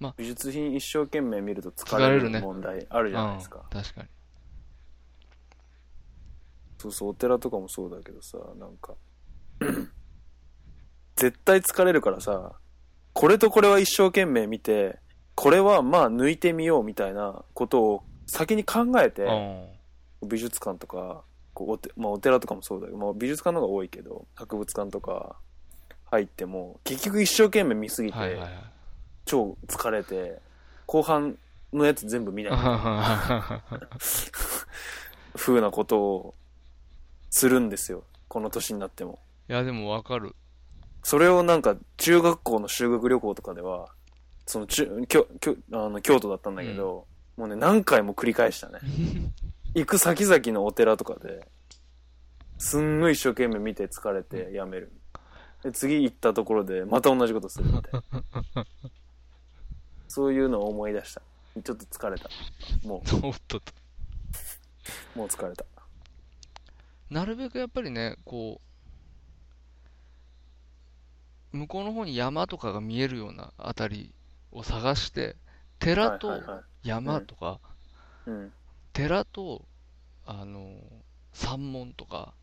まあ
美術品一生懸命見ると疲
疲
れ
れ
る
るね
問題ある
うん、
じゃないですか、
確かに。
そうそうお寺とかもそうだけどさなんか 絶対疲れるからさこれとこれは一生懸命見てこれはまあ抜いてみようみたいなことを先に考えて、
うん
美術館とかこうおて、まあ、お寺とかもそうだけど、まあ、美術館の方が多いけど博物館とか入っても結局一生懸命見すぎて、
はいはいはい。
超疲れて後半のやつ全部見ないふうなことをするんですよこの年になっても
いや、でもわかる。
それをなんか中学校の修学旅行とかではその中きょきょあの京都だったんだけど、もうね何回も繰り返 したね行く先々のお寺とかですんごい一生懸命見て疲れてやめるで次行ったところでまた同じことするみたいな そういうのを思い出したちょっと疲れたも
おっとっと。
うもう疲れた
なるべくやっぱりね、こう、向こうの方に山とかが見えるようなあたりを探して、寺
はい
と
はいはい
山とか、
うん
寺と、あの、山門とか、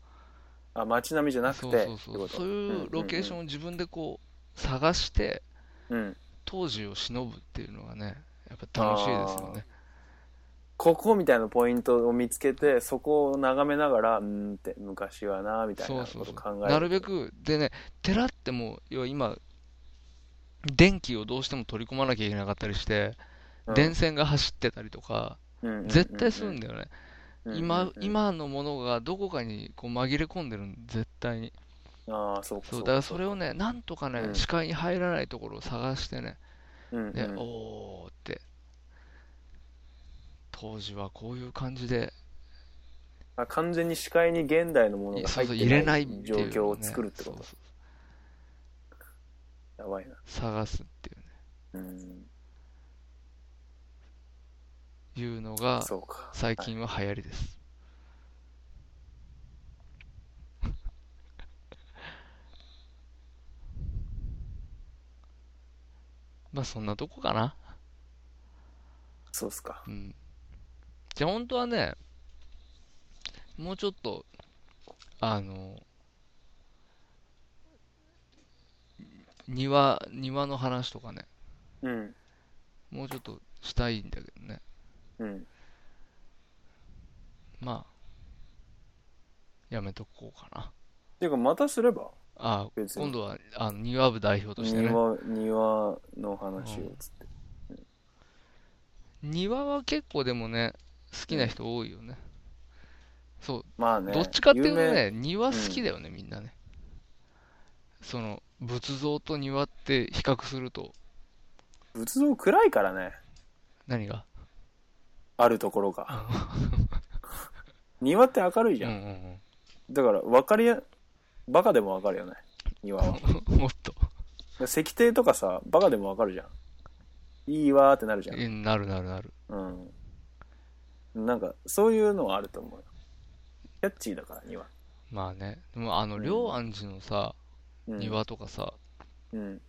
あ街並みじゃなくて
そうそうそう、
ってこと
そういうロケーションを自分でこう、探して、
うんうんうんうん
当時を忍ぶっていうのがね、やっぱ楽しいですよね。
ここみたいなポイントを見つけてそこを眺めながらうーんって昔はなみたい
そ
な
う
こ
そ
と
うそ
を考え
うなるべくでね寺ってもう要は今電気をどうしても取り込まなきゃいけなかったりして、電線が走ってたりとか、絶対するん
だ
だよね、今今のものがどこかにこう紛れ込んでるん絶対に
ああそうか
そう
う
だからそれをねなんとかね、
うん
視界に入らないところを探してね
うん
で、
うん
おーって当時はこういう感じで
あ完全に視界に現代のものが
そ
入
う
っ
そ
て
う入れないっていう
状
ね、
況を作るってこ
そう
と
そう
やばいな
探すっていうね
うん
いうのが
そうか
最近は流行りです。 まあそんなとこかな。
そうっすか
うん。じゃあ本当はね、もうちょっと、あの、庭、庭の話とかね、
うん
もうちょっとしたいんだけどね。
うん
まあ、やめとこうかな。
ていうかまたすれば
ああ
別に
今度はあの庭部代表としてね
庭庭の話をつって
庭は結構でもね好きな人多いよね、そ
まあ
う、
ね
どっちかっていうと
有名
ね庭好きだよね、みんなねその仏像と庭って比較すると
仏像暗いからね
何が
あるところが庭って明るいじ
う
ゃ
ん
ん
うん
だから分かりやバカでも分かるよね庭は
うんもっと
石庭とかさバカでも分かるじゃんいいわーってなるじゃん
えなるなるなる
うんなんかそういうのはあると思うよキャッチーだから庭、
まあねでもあの
うん
龍安寺のさ、
うん、
庭とかさ
うん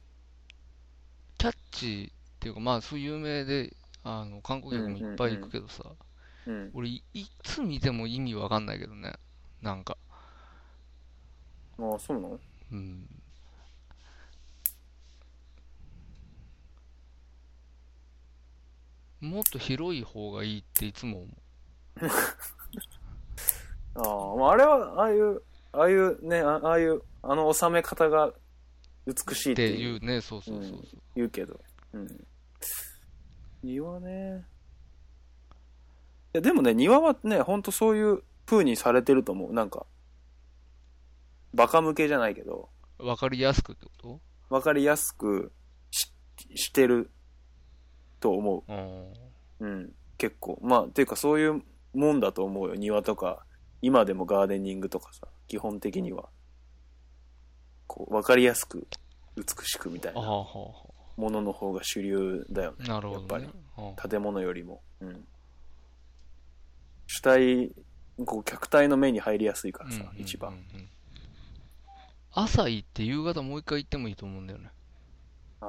キャッチーっていうかまあそういう有名であの観光客もいっぱい行くけどさ、
うん
俺いいつ見ても意味わかんないけどねなんか
ああそうなの
うんもっと広い方がいいっていつも思う。
ああ、まあ、あれは、ああいう、ああいうね、あああいう、あの収め方が美しい
っ
ってて
いうね、そうそうそうそう。
言うけど。うん。庭ね。いや、でもね、庭はね、ほんとそういう風にされてると思う。なんか、バカ向けじゃないけど、
わかりやすくってこ
わかりやすくししてると思
とうん。
う。うん。結構。まあ、っていうかそういうもんだと思うよ。庭とか、今でもガーデニングとかさ、基本的には。こう、わかりやすく、美しくみたい
あ
な
はあは
ものの方が主流だよね
あ。なるほど
や
ね
っ。
うん
建物よりも、うん、主体こう客体の目に入りやすいからさ、
うん
一
うん
番
うん朝行って夕方もう一回行ってもいいと思うんだよね。
あ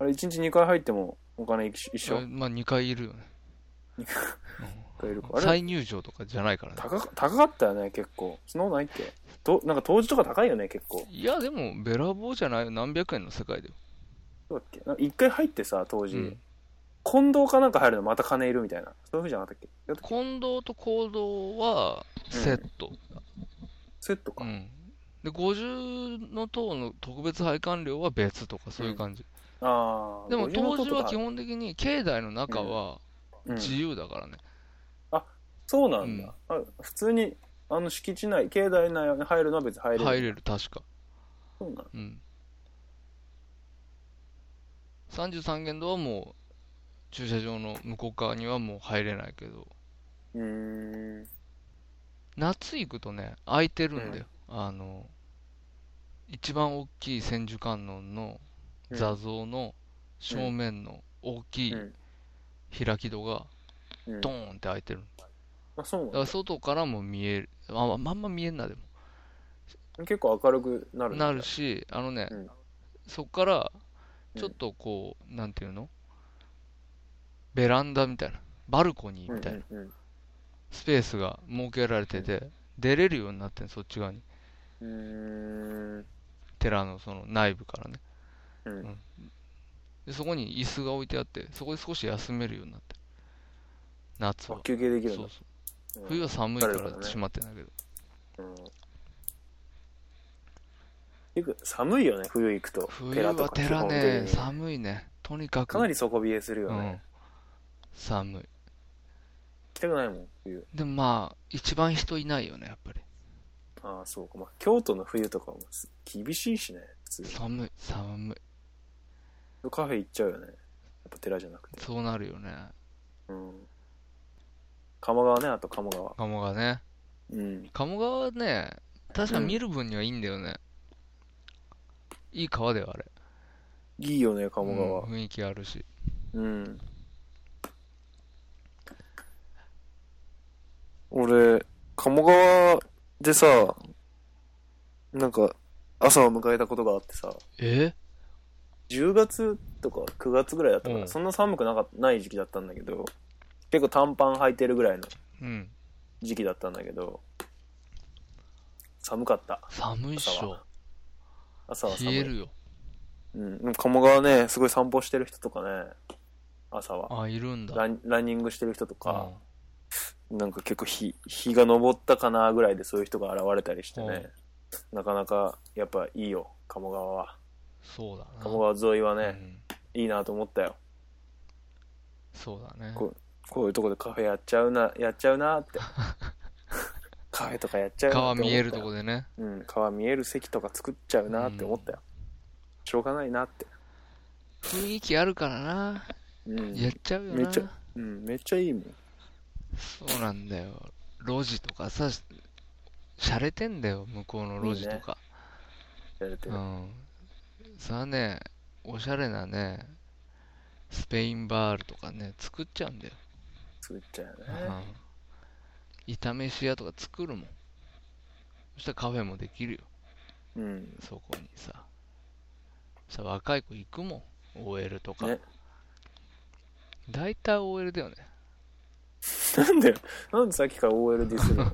ああれ1日2回入ってもお金一緒一緒
あまあ2回いるよね。
一回いるかあれ
再入場とかじゃないからね。
高か高かったよね結構そんなことないっけとなんか当時とか高いよね結構
いや、でも、べらぼうじゃないよ。何百円の世界だよ。
そうだっけなんか1回入ってさ当時、
うん
近藤かなんか入るのまた金いるみたいなそういうふうじゃなかったっけやったっけ
近藤と行動はセット。
セットか、
うん。で、50の塔の特別配管料は別とかそういう感じ。
ああ
でも当時は基
本
本的に境内の中は自由だからね。
そうなんだ、あ普通にあの敷地内境内内に入るのは別に入れる
入れる、確か。
そうなの
うん。33軒道はもう駐車場の向こう側にはもう入れないけど、
うーん
夏行くとね、空いてるんだよ。あの、一番大きい千手観音の座像の正面の大きい
うん
開き戸が
うん
ドーンって開いてる。
あそう
だ
な
から外からも見える。あ、まあまんま見えんな、でも。
の結構明るくなるんだ
なるし、あのね、
うん
そこから、ちょっとこう、なんていうのベランダみたいな、バルコニーみたいな
うんうん
スペースが設けられてて、出れるようになってんそっち側に。
うんう
寺のその内部からね。
ーんうん
で、そこに椅子が置いてあって、そこで少し休めるようになってる。夏は
あ。休憩でき
そう
るん
そ
だ
う。冬は寒いから閉まってんだけど。
うんよく寒いよね冬行くと
冬は寺ね、
基本的に
寒いね。とにかく。
かなり底冷えするよ
う
ね、
ん
行。
寒い。
きたくないもん冬
でもまあ、一番人いないよね、やっぱり。
ああそうかまあ京都の冬とかもす厳しいしね普通
寒い寒い
カフェ行っちゃうよねやっぱ寺じゃなくて
そうなるよね
うん鴨川ねあと鴨川
鴨川ね
うん
鴨川はね確か見る分にはいいんだよね、いい川だよあれ
いいよね鴨川
うん雰囲気あるし
うん。俺、鴨川でさ、なんか、朝を迎えたことがあってさ、
え
10月とか9月ぐらいだったから、
うん
そんな寒くなかない時期だったんだけど、結構短パン履いてるぐらいの
うん
時期だったんだけど、寒かった。
寒いっし
朝
ょ
は朝は寒
冷
い。
えるよ
うん。でも鴨川ね、すごい散歩してる人とかね、朝は。
あいるんだ
ランランニングしてる人とか、
うん
なんか結構日日が昇ったかなぐらいでそういう人が現れたりしてね、なかなかやっぱいいよ鴨川は
そうだな
鴨川沿いは
う
ね、
ん
いいなと思ったよ
そうだね
ここういうとこでカフェやっちゃうな やっちゃうなってカフェとかやっちゃうな
川見えるとこ
で、
でね
うん、川見える席とか作っちゃうなって思ったよ、しょうがないなって、
雰囲気あるからな
うん
やっちゃうよ
め
な
っちゃうん、めっちゃいいもん
そうなんだよ路地とかさ洒落てんだよ向こうの路地とか
やれてる、
うん。さあね、おしゃれなね、スペインバールとかね、作っちゃうんだよ。
作っちゃうよね、
うん。炒め飯屋とか作るもん。そしたらカフェもできるよ、
うん、
そこにさ。そしたら若い子行くもん、OL とか。
ね
大体 OL だよね。
なんでなんでさっきから OL ディスる の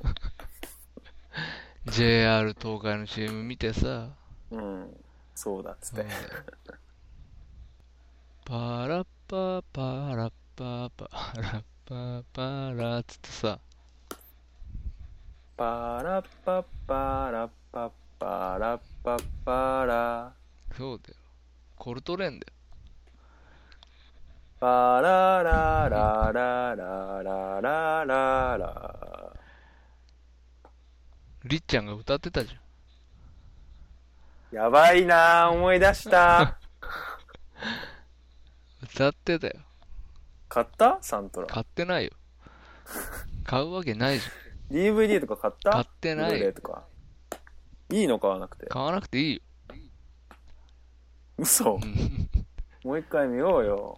JR 東海の CM 見てさ、
うんそうだっつって、
パラッパーパーラッパーパーラッパーパーラーっつってさ、
パラッパッパラッパッパラッパッパラ
そうだよ。コルトレーンだよ。
パラララララララララ
りっちゃんが歌ってたじゃん。
やばいなぁ思い出 した
歌ってたよ。
買ったサントラ
買ってないよ。買うわけないじ
DVD とか買った
買ってない
Blu-ray とかいいの買わなくて
ゃん。買わなくていいよ。
嘘
うん
もう一回見ようよ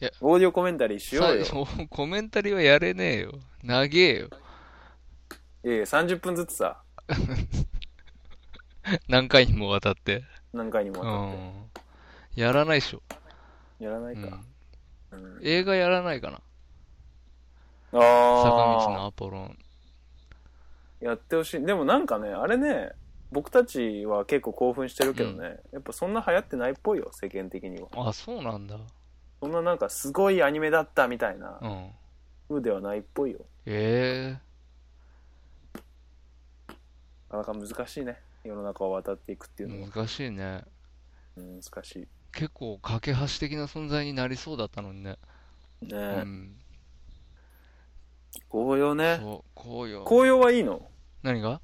いや
オーディオコメンタリーしようよ
さ もうコメンタリーはやれねえよ。長えよ。
いやいや30分ずつさ
何回にもわたって。
何回にも
う
わたっ
ん。やらないっしょ。
てやらないうか
ん、
うん
映画やらないかな。
あ
坂道
あ
のアポロン。
やってほしいでもなんかねあれね僕たちは結構興奮してるけどね、
うん
やっぱそんな流行ってないっぽいよ世間的には
あ、そうなんだ。
そんななんかすごいアニメだったみたいな
うん。
風ではないっぽいよ
え
なかなか難しいね世の中を渡っていくって
え
いうのは、
難しいね。
うん難しいね
結構、架け橋的な存在になりそうだったのにね。う
え、
ん。
紅葉ね
そう、紅葉。
紅葉はいいの
何が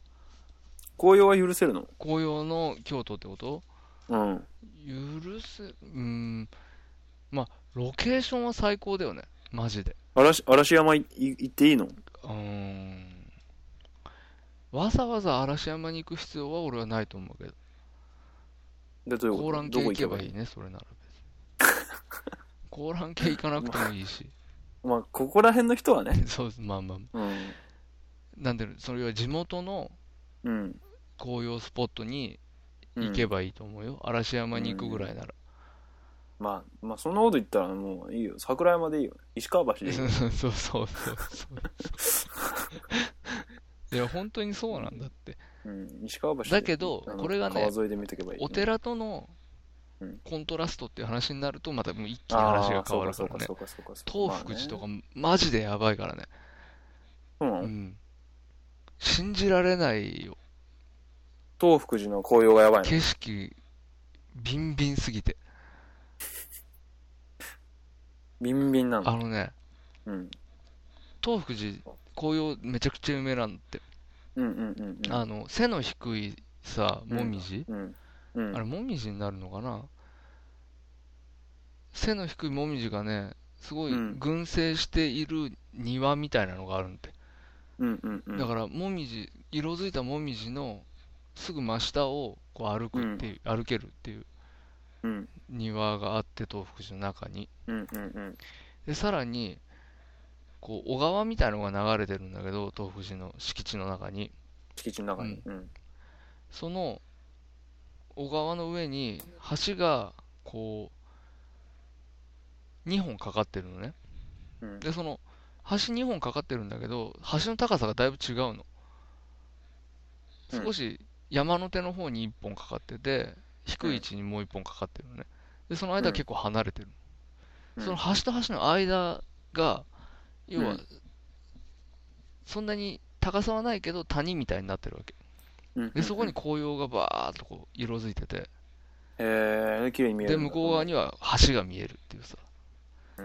紅葉は許せるの
紅葉の京都ってこと
うん
許せ、うん。まあ、ロケーションは最高だよね。マジで。
嵐嵐山いい行っていいの
うーん。わざわざ嵐山に行く必要は俺はないと思うけど。
でどういう
高
こ
蘭
と
系
どこ
行
行
け
け
ば
ばい
いい
い
ね、それなら別に。高蘭系行かなくてもい いし。
まあここら辺の人はね
そうです、まあまあ。
うん
なんで、それは地元の
うん
紅葉スポットに
うん
行けばいいと思うよ。嵐山に行くぐらいなら。
まあ、まあそんなこと言ったらもういいよ桜山でいいよ石川橋でいいよ
そうそ うそうそうそう。いや、本当にそうなんだって。
うん、石川橋で
だけど
あの
これがね
川沿いで見とけばいい
お寺との
うん
コントラストっていう話になると、またもう一気に
あー
話が変わるからね
そ。うかそうかそうかそう
東
か
福寺とか
ま
マジでやばいからね。
あねそうなの
うん。信じられないよ。
東福寺の紅葉がやばいの
景色、ビンビンすぎて。
ビンビンなの
あのね、
うん
東福寺、紅葉めちゃくちゃ有名なんだって。
うんうんうんうん
あの、背の低いさ、
うん
もみじ、
うんうん
あれ、もみじになるのかな背の低いもみじがね、すごい
うん
群生している庭みたいなのがあるんで。
うんうんうん
だから、もみじ、色づいたもみじのすぐ真下をこう歩くっていう、歩けるっていう
うん
庭があって、東福寺の中に。
うんうんうん
で、さらに、こう、小川みたいのが流れてるんだけど、東福寺の敷地の中に。
敷地の中にうん
その、小川の上に橋が、こう、2本かかってるのね。
うん
で、その、橋2本かかってるんだけど、橋の高さがだいぶ違うの。
うん
少し山の手の方に1本かかってて、低い位置にもう1本かかってるのね。で、その間は結構離れてる
うん
その橋と橋の間が、要
う
は
ん、
そんなに高さはないけど谷みたいになってるわけ。
うんうんうん
で、そこに紅葉がバーっとこう色づいてて、
へえ綺麗に見える
で、向こう側
に
には橋が見えるっていうさ、
うー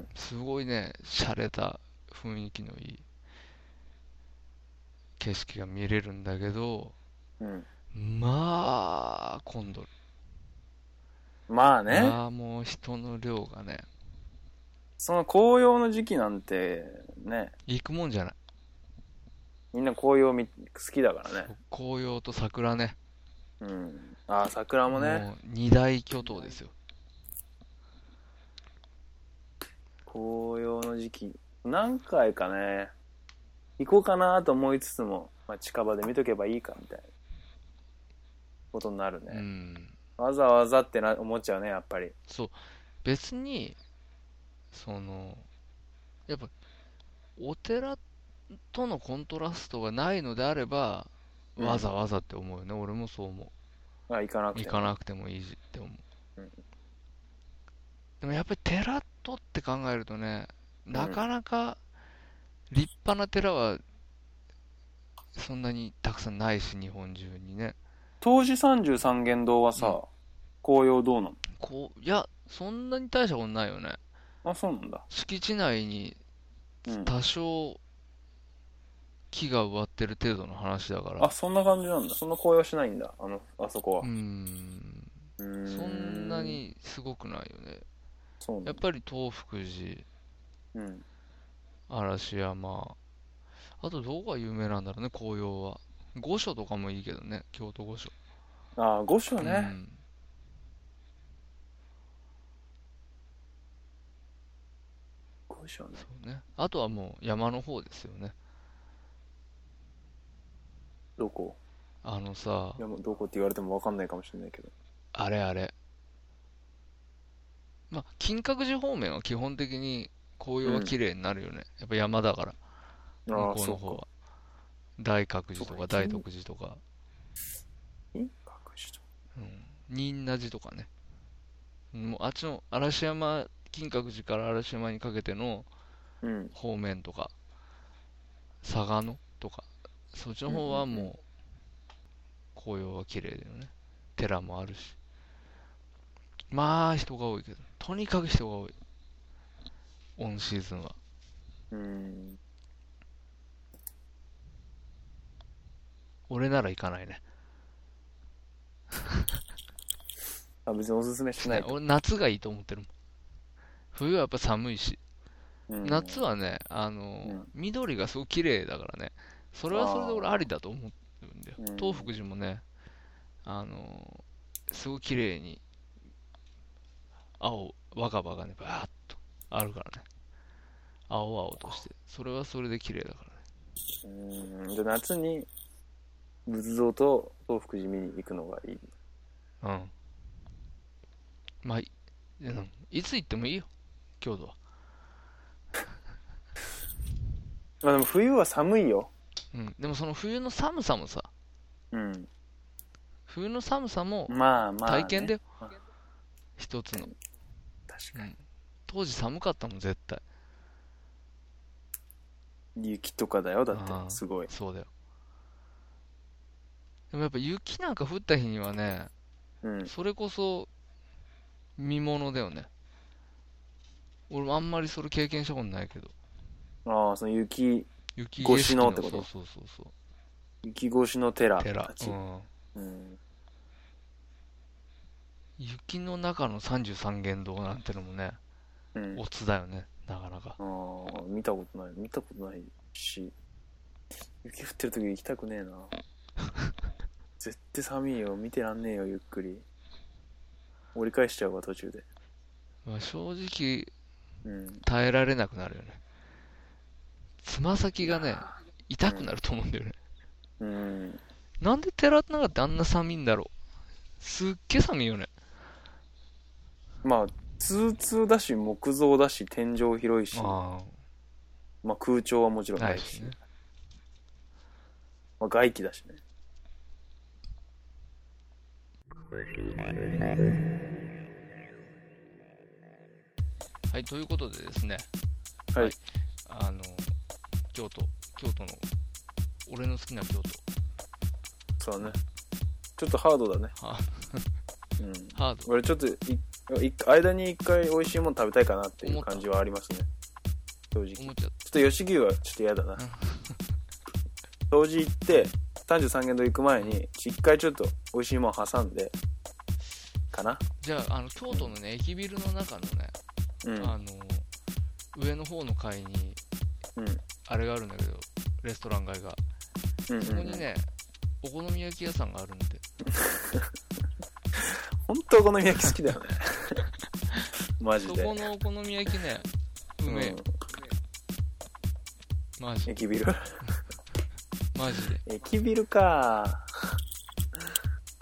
ん
すごいね、洒落た雰囲気のいい景色が見れるんだけど、
うん
まあ、今度、
まあね
まあもう人の量がね、
その紅葉の時期なんてね
行くもんじゃない。
みんな紅葉み好きだからね
紅葉と桜ね、
うんああ桜もね
もう二大巨頭ですよ。
紅葉の時期何回かね行こうかなと思いつつも、まあ、近場で見とけばいいかみたいなことになる
う
ね、
ん。
わざわざってな思っちゃうねやっぱり
そう別にそのやっぱお寺とのコントラストがないのであれば
うん
わざわざって思うよね、俺もそう思
あ行かな
う
くて
行かなくてもいいしって思う、
うん
でもやっぱり寺とって考えるとね、なかなか立派な寺はそんなにたくさんないし、日本中にね。
当時33元堂はさ、
うん
紅葉どうなの
こう、いや、そんなに大したことないよね。
あ、そうなんだ。
敷地内に
うん。
多少木が植わってる程度の話だから。
あ、そんな感じなんだ。そんな紅葉しないんだ。あの、あそこは
う。ん。
うー
そ
ん
んな。にすごくないよね。
そうな
や
ん
っ
だ。
ぱり東福寺、
うん。
嵐山。あとどこが有名なんだろうね、紅葉は。御所とかもいいけどね、京都御所。
あ、御所
う
ね。
ん
御所ね。
そうね。あとはもう山の方ですよね。
どこ
あのさ
い、や、もうどこって言われてもわかんないかもしれないけど。
あれあれ。まあ、金閣寺方面は基本的に紅葉は綺麗になるよね。やっぱ山だから、
あ
向
あ、
こう
そ
の
う
方
か。
は。大覚寺と
そ
か
うか
大徳寺とか、
隠しと。
うん、仁和寺とかね。もうあっちの嵐山、金閣寺から嵐山にかけての
うん。
方面とか、嵯峨野とか、そっちの方は
うんうんう
もう、紅葉は綺麗だよね。寺もあるし。まあ、人が多いけど、とにかく人が多い。オンシーズンは。
うん。
俺なら行かないね。
あ、別におすすめしないと。
俺、夏がいいと思ってるもん。冬はやっぱ寒いし。
うん
夏はね、あの、
うん
緑がすごく綺麗だからね、それはそれで俺ありだと思ってるんだよ。
うん
東福寺もね、あの、すごく綺麗に、青、若葉がね、バーっとあるからね。青々として。それはそれで綺麗だからね。
うん。じゃあ夏に、仏像と東福寺見に行くのがいい。
うん。まあ、いうんいつ行ってもいいよ、京都は。
まあでも冬は寒いよ。
うん。でもその冬の寒さもさ、
うん。
冬の寒さも
まあまあ、ね。
体験だよ。
まあ
一つの。
確
う
か
ん。当時寒かったもん、絶対。
に。雪とかだよ、だっ
あー
て。すごい。
そうだよ。でもやっぱ雪なんか降った日にはね、
うん。
それこそ見物だよね。俺もあんまりそれ経験したことないけど。
ああ、その雪、
雪景
越し
色
のってこと
そうそうそうそう。
雪越しの寺
寺
た。ち。
うん。
うん。
雪の中の33元堂なんてのもね、
うん。
オツだよね、なかなか。
ああ、見たことない。見たことないし。雪降ってる時行きたくねえな。絶対寒いよ。見てらんねえよ、ゆっくり。折り返しちゃうわ、途中で。
まあ、正直、
うん。
耐えられなくなるよね。つま先がね、痛くなると思うんだよね。
うん。
なんで寺の中ってあんな寒いんだろう。すっげえ寒いよね。
まあ、通通だし、木造だし、天井広いし、
あ
まあ空調はもちろ
あ、
ん
な
ないい
し
し、
ね。
まあ外気だしね。
はい、ということでですね、
はい。
はいあの、京都、京都の、俺の好きな京
そうだね。ちょっとハードだね。
都、は
うん。
ハード。
俺ちょっとい、い間に一回美味しいもの食べたいかなっていう感じはありますね。正直。
思っちゃっ
ちょっと吉牛はちょっと嫌だな。当時行って、33軒堂行く前に、一回ちょっと美味しいもん挟んで、かな
じゃあ、あの、京都のね、駅ビルの中のね、
うん。
あの、上の方の階に、
うん。
あれがあるんだけど、レストラン街が。
うん、
そこ
うん
に。ね、お好み焼き屋さんがあるんで、
ほんとお好み焼き好きだ よね。マジ
そ
で。
このお好み焼きね、うめえ
ん
よ。。マジ、
駅ビル
マジで。
駅ビルか。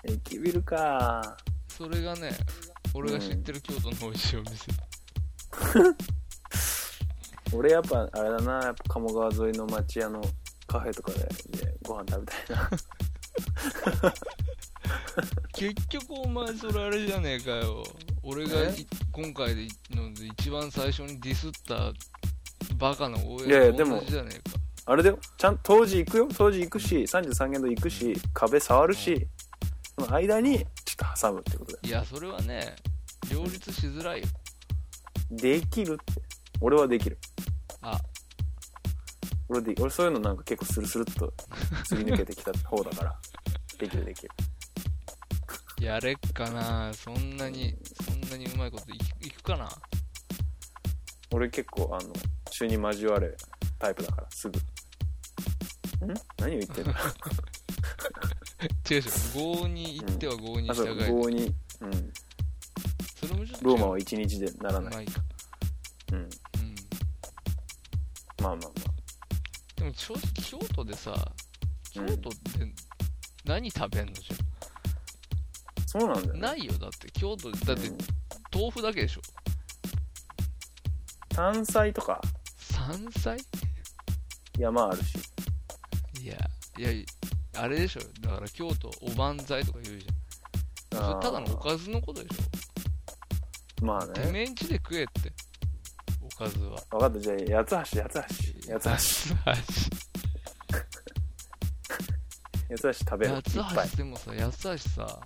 駅ビルか。
それがね、俺が知ってる京都の美味しいお店。
俺やっぱあれだなやっぱ鴨川沿いの町屋のカフェとかででご飯食べたいな
結局お前それあれじゃねえかよ俺がい今回でいので一番最初にディスったバカな応援
いやいや
と
でも
同じじゃねえか
あれだよちゃん当時行くよ当時行くし33限度行くし壁触るしその間にちょっと挟むってことだよ
いやそれはね両立しづらいよ
できるって俺はできる
あ
俺で俺そういうのなんか結構スルスルっ とすり抜けてきた方だからできるできる
やれっかなそんなにそんなにうまいこといいくかな
俺結構あの週に交わるタイプだからすぐん何を言って んの
違う違う郷に行っては郷に
あそ
従
う
え、
棒に、うん、
それもちょっと違う
ローマは一日でなら
う
ない、
まいか
うん、
うん
まあまあま
でも正直京都でさ京
うん
都って何食べんのじゃ
あそうなんだよ、ね、
ないよだって京都だって
うん
豆腐だけでしょ
山菜とか
山菜
山あるし
いやいやあれでしょだから京都おばんざいとか言うじゃんそれただのおかずのことでし
ずまあ
ょて
ね
めえんちで食えっておかずは
分かったじゃあ八つ橋八つ橋八つ
つ橋
橋八つ橋食べるいっ
八
ぱい
つ橋でもさ八つ橋さ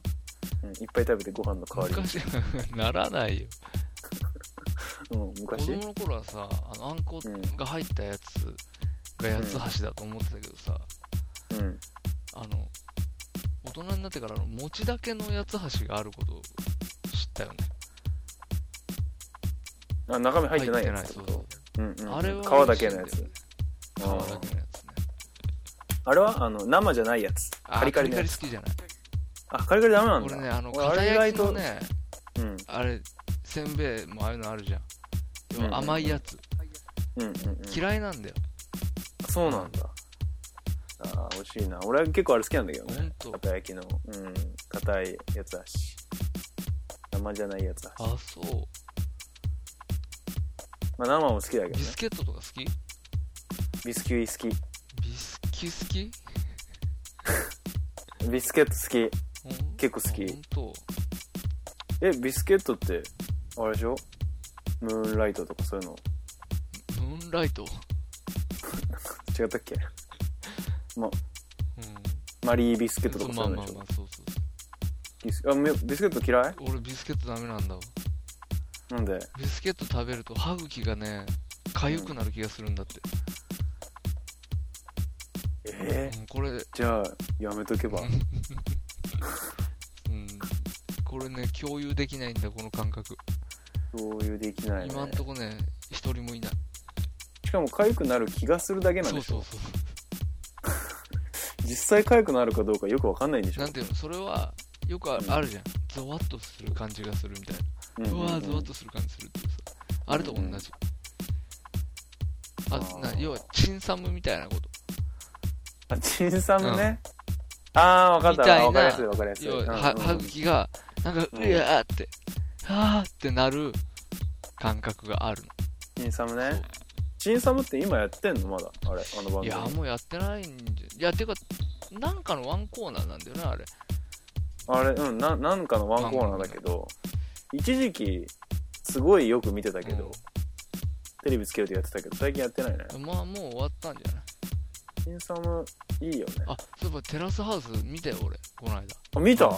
うん、いっぱい食べてご飯の代わりに
昔 ならないよ
うん、
子
昔
供の頃はさあのあんこ
うん
が入ったやつが八つ橋だと思ってたけどさ、
うん
あの大人になってからあの餅だけの八つ橋があることを知ったよね
あ中身入ってないやつって
そ
こ
う
とうんうんうん
あれは
皮だけのやつ
皮だけのやつね
あれはあの生じゃないやつ
あ
カリカリの
カ
や
リ
つ
好きじゃない
あカリカリダメなんだ
俺ねあの
俺あ
片
れ意
焼
外
き
と
のね
うん
あれせんべいもああいうのあるじゃん
うんうんうん
甘いやつ
うんうんうん
嫌いなんだよ
そうなんだあー美味しいな俺は結構あれ好きなんだけど
ほん
ね
と
片焼きのうん硬いやつだし生じゃないやつだし
あそう
まあ生も好きだけど
ビ
ね
スケットとか好きビ
ビスキュイ好き
スキ好き
ビスケット好き
ほん
結構好き
あほんと
えビスケットってあれでしょムーンライトとかそういうの
ムーンライト
違ったっけま
うん
マリービスケットと
そう
か
ま
そ
あ
ういうので
まあ
し
ま
ょ
あそうそうそ
ビスあめビスケット嫌いう
俺ビスケットダメなんだわ
なんで
ビスケット食べると歯茎がね痒くなる気がするんだって、
ええ
うん、これ、う
じゃあやめとけば
ん、これね共有できないんだこの感覚、
共有できない、ね、
今んとこね一人もいない
しかも痒くなる気がするだけなん
そ
で
う
しょ
そうそう
実際痒くなるかどうかよくわかんないんでしょ
なんていうのそれはよくあ
うん
あるじゃんゾワッとする感じがするみたい
うん
な
う
うん
うん
わーゾワッとする感じするっていうさあれと同じあ
あー
な要はチンサムみたいなこと
あチンサムね、ああわかった
みたいな
わかりやすいわかりやすい
要は
うん
は
うん
歯茎がなんか
うん
うわーってあーってなる感覚がある
チンサム
の
ねチンサムって今やってんのまだあれあの番
い
組
や、もうやってないんじゃ。いや、てか、なんかのワンコーナーなんだよね、あれ。
あれうんななんかのワンコーナーだけど一時期すごいよく見てたけど、テレビつけるとやってたけど最近やってないね
うんまあ、もう終わったんじゃない
チンサムいいよね
あ、そういえば、テラスハウス見たよ、俺。この間。
あ見た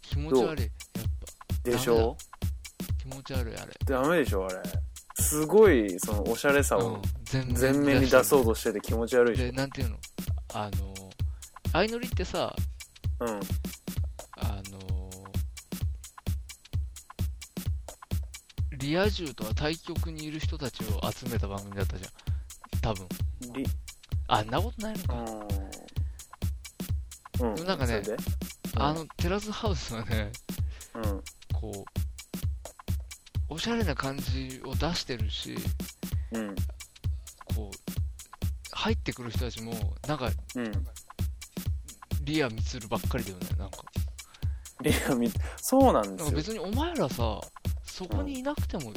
気持ち悪い。やっ
でしょ
ぱ、気持ち悪い、あれ。
ダメでしょあれすごいそのおしゃれさ
う
を
ん、全面
全面に出そううとしてて気持ち悪いでし
で、なんていうのあの、相乗りってさ、
ょうん
あの、リア充とは対極にいる人たちを集めた番組だったじゃん。多分。
り
あんなことないのか。
うん
でもなんかね
それで
あの、テラスハウスはね、
うん
こうおしゃれな感じを出してるし
うん
こう入ってくる人たちもなんか
うん
リアミツルばっかりだよねなんか
リア見そうなんです
なんか
よ
別にお前らさそこにいなくても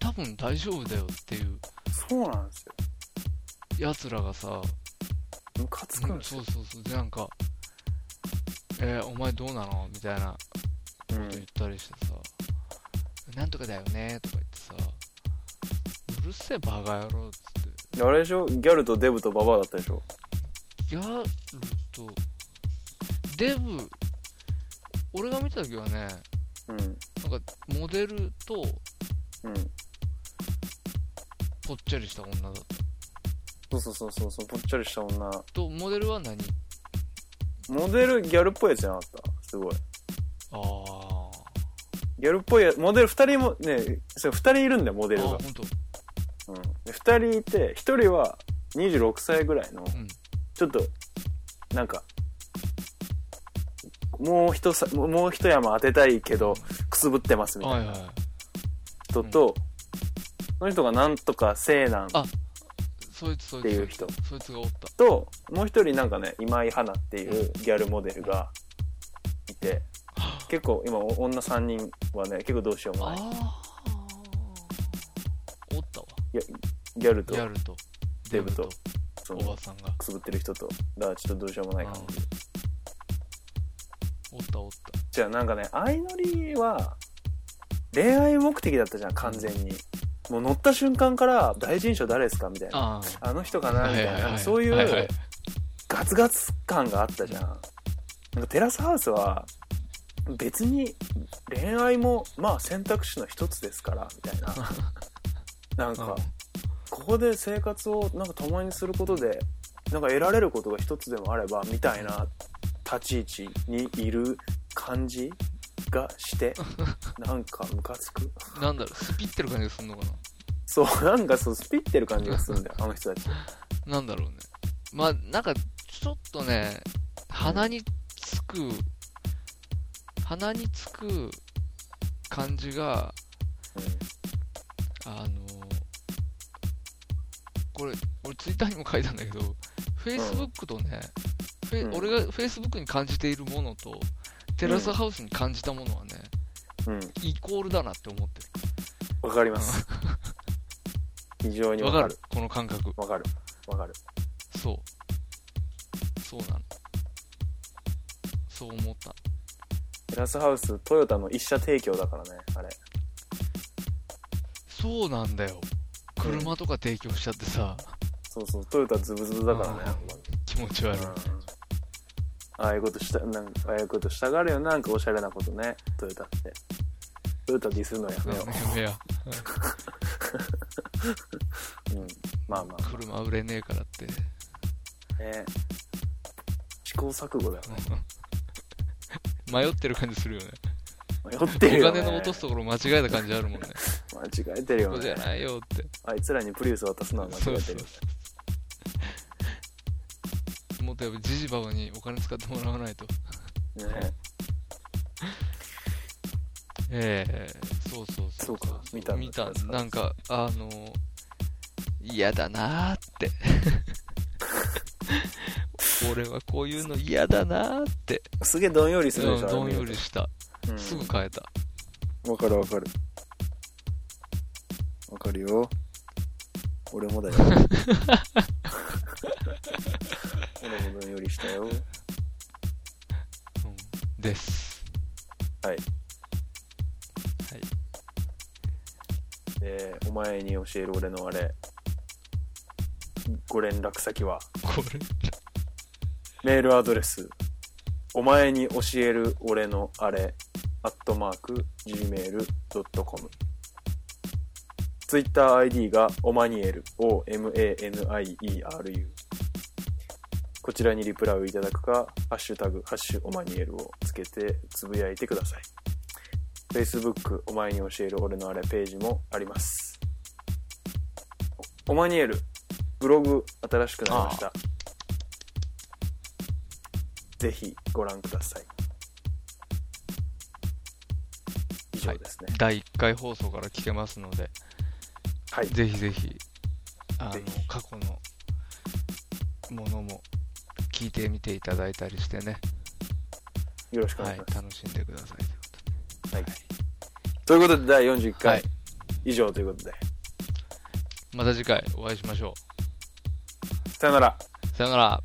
多分大丈夫だよっていう
そうなんですよ
やつらがさ、
ムカつくん
うん
です
そ
よ
うそうそうでなんかえーお前どうなのみたいな
う
こと
ん
言ったりしてさ、なんとかだよねとか言ってさ、うるせえバカ野郎っつって、
あれでしょギャルとデブとババアだったでしょ
ギャルと、デブ、俺が見た時はね、
うん
なんかモデルと
うん
ぽっちゃりした女だった。
そうそうそうそうそうぽっちゃりした女
と、モデルは何
モデルギャルっぽいやつじゃなかったすごい
あー。
ギャルっぽいやモデル2人もねそう2人いるんだよモデル
あ
が
ー、ほんと。
うん、で2人いて1人は26歳ぐらいの、
ん
ちょっとなんかもう一さもうもう一山当てたいけどくすぶってますみた
はいい
な
はい。
人と、その人がなんとか西南
あそいつ、そいつ。
っていう人
そいつがおった。
ともう一人なんかね今井花っていうギャルモデルがいて結構今お女3人はね結構どうしようもない
あーおったわ
ギャギャルと
ギャルと
デブとそ
お
の
ばさんが
くすぶってる人とだからちょっとどうしようもない感じ
おったおった
じゃあなんかね相乗りは恋愛目的だったじゃん完全にもう乗った瞬間から第一印象誰ですかみたいな
あ
あの人かなみたいななんかそうい
はいは
う
い
ガツガツ感があったじゃんなんかテラスハウスは別に恋愛もまあ選択肢の一つですからみたい ななんかここで生活をなんか共にすることでなんか得られることが一つでもあればみたいな立ち位置にいる感じがして なんかムカつく
なんだろうスピってる感じがすんのか
そうなんかそうスピってる感じがするんだ よあの人たち
ななんだろうねまあなんかちょっとね鼻につく、鼻につく感じがあのこれ俺ツイッターにも書いたんだけど Facebook とね、フェイ
うん
俺が Facebook に感じているものとテラスハウスに感じたものはね、
うん
イコールだなって思って
わかります 非常に
る
わか
わか
る
るこの感覚
わかるわかる
そうそうなのそう思った
テラスハウストヨタの一社提供だからねあれ
そうなんだよ車とか提供しちゃってさ、
そうそうトヨタズブズブだからね
気持ち悪い、
ああいうことしたなんかああいうことしたがるよなんかおしゃれなことねトヨタってトヨタディスるのやめよ
いや
う、うん、まあまあ、
車売れねえからって
ね、試行錯誤だよね
迷ってる感じするよね
迷ってるよ、
お
ね、
金の落とすところ間違えた感じある もんね。
間違えてる
そ
よ
こじゃ
ね
ないよって。
あいつらにプリウス渡すのは間違えてる
そうそうそう。もっとやっぱジジババにお金使ってもらわないと。
ね
ええそうそう
そ
そう
うか見たんだ
見た
そうです。か
なんか、あの嫌だな ーって。俺はこういうの嫌だなーって。
すげえどんよりするでしょ、
うんど
あ
ん
れ見
よ
る
りした。
とうん
すぐ変えた。
わかるわかるわかるよ俺もだ よ俺もどんよりしたよ
うんです。
はい
はい。
でお前に教える俺のあれご連絡先は
これ。
メールアドレスお前に教える俺のあれアットマーク gmail.com ツイッター ID がオマニエル OMANIERU こちらにリプライをいただくか「ハッシュタグハッシュオマニエル」をつけてつぶやいてください Facebook お前に教える俺のあれページもありますおオマニエルブログ新しくなりましたぜひご覧ください以上ですね
第1回放送から聞けますので、
はい、
ぜひぜひ、あの
ぜひ、
過去のものも聞いてみていただいたりしてね、
よろしくお
は
願い
い
しま、す、
楽しんでくださいという
はいとい
ことで
うことで第41回、
はい
以上ということで
また次回お会いしましょ
さよなら
う。さよなら。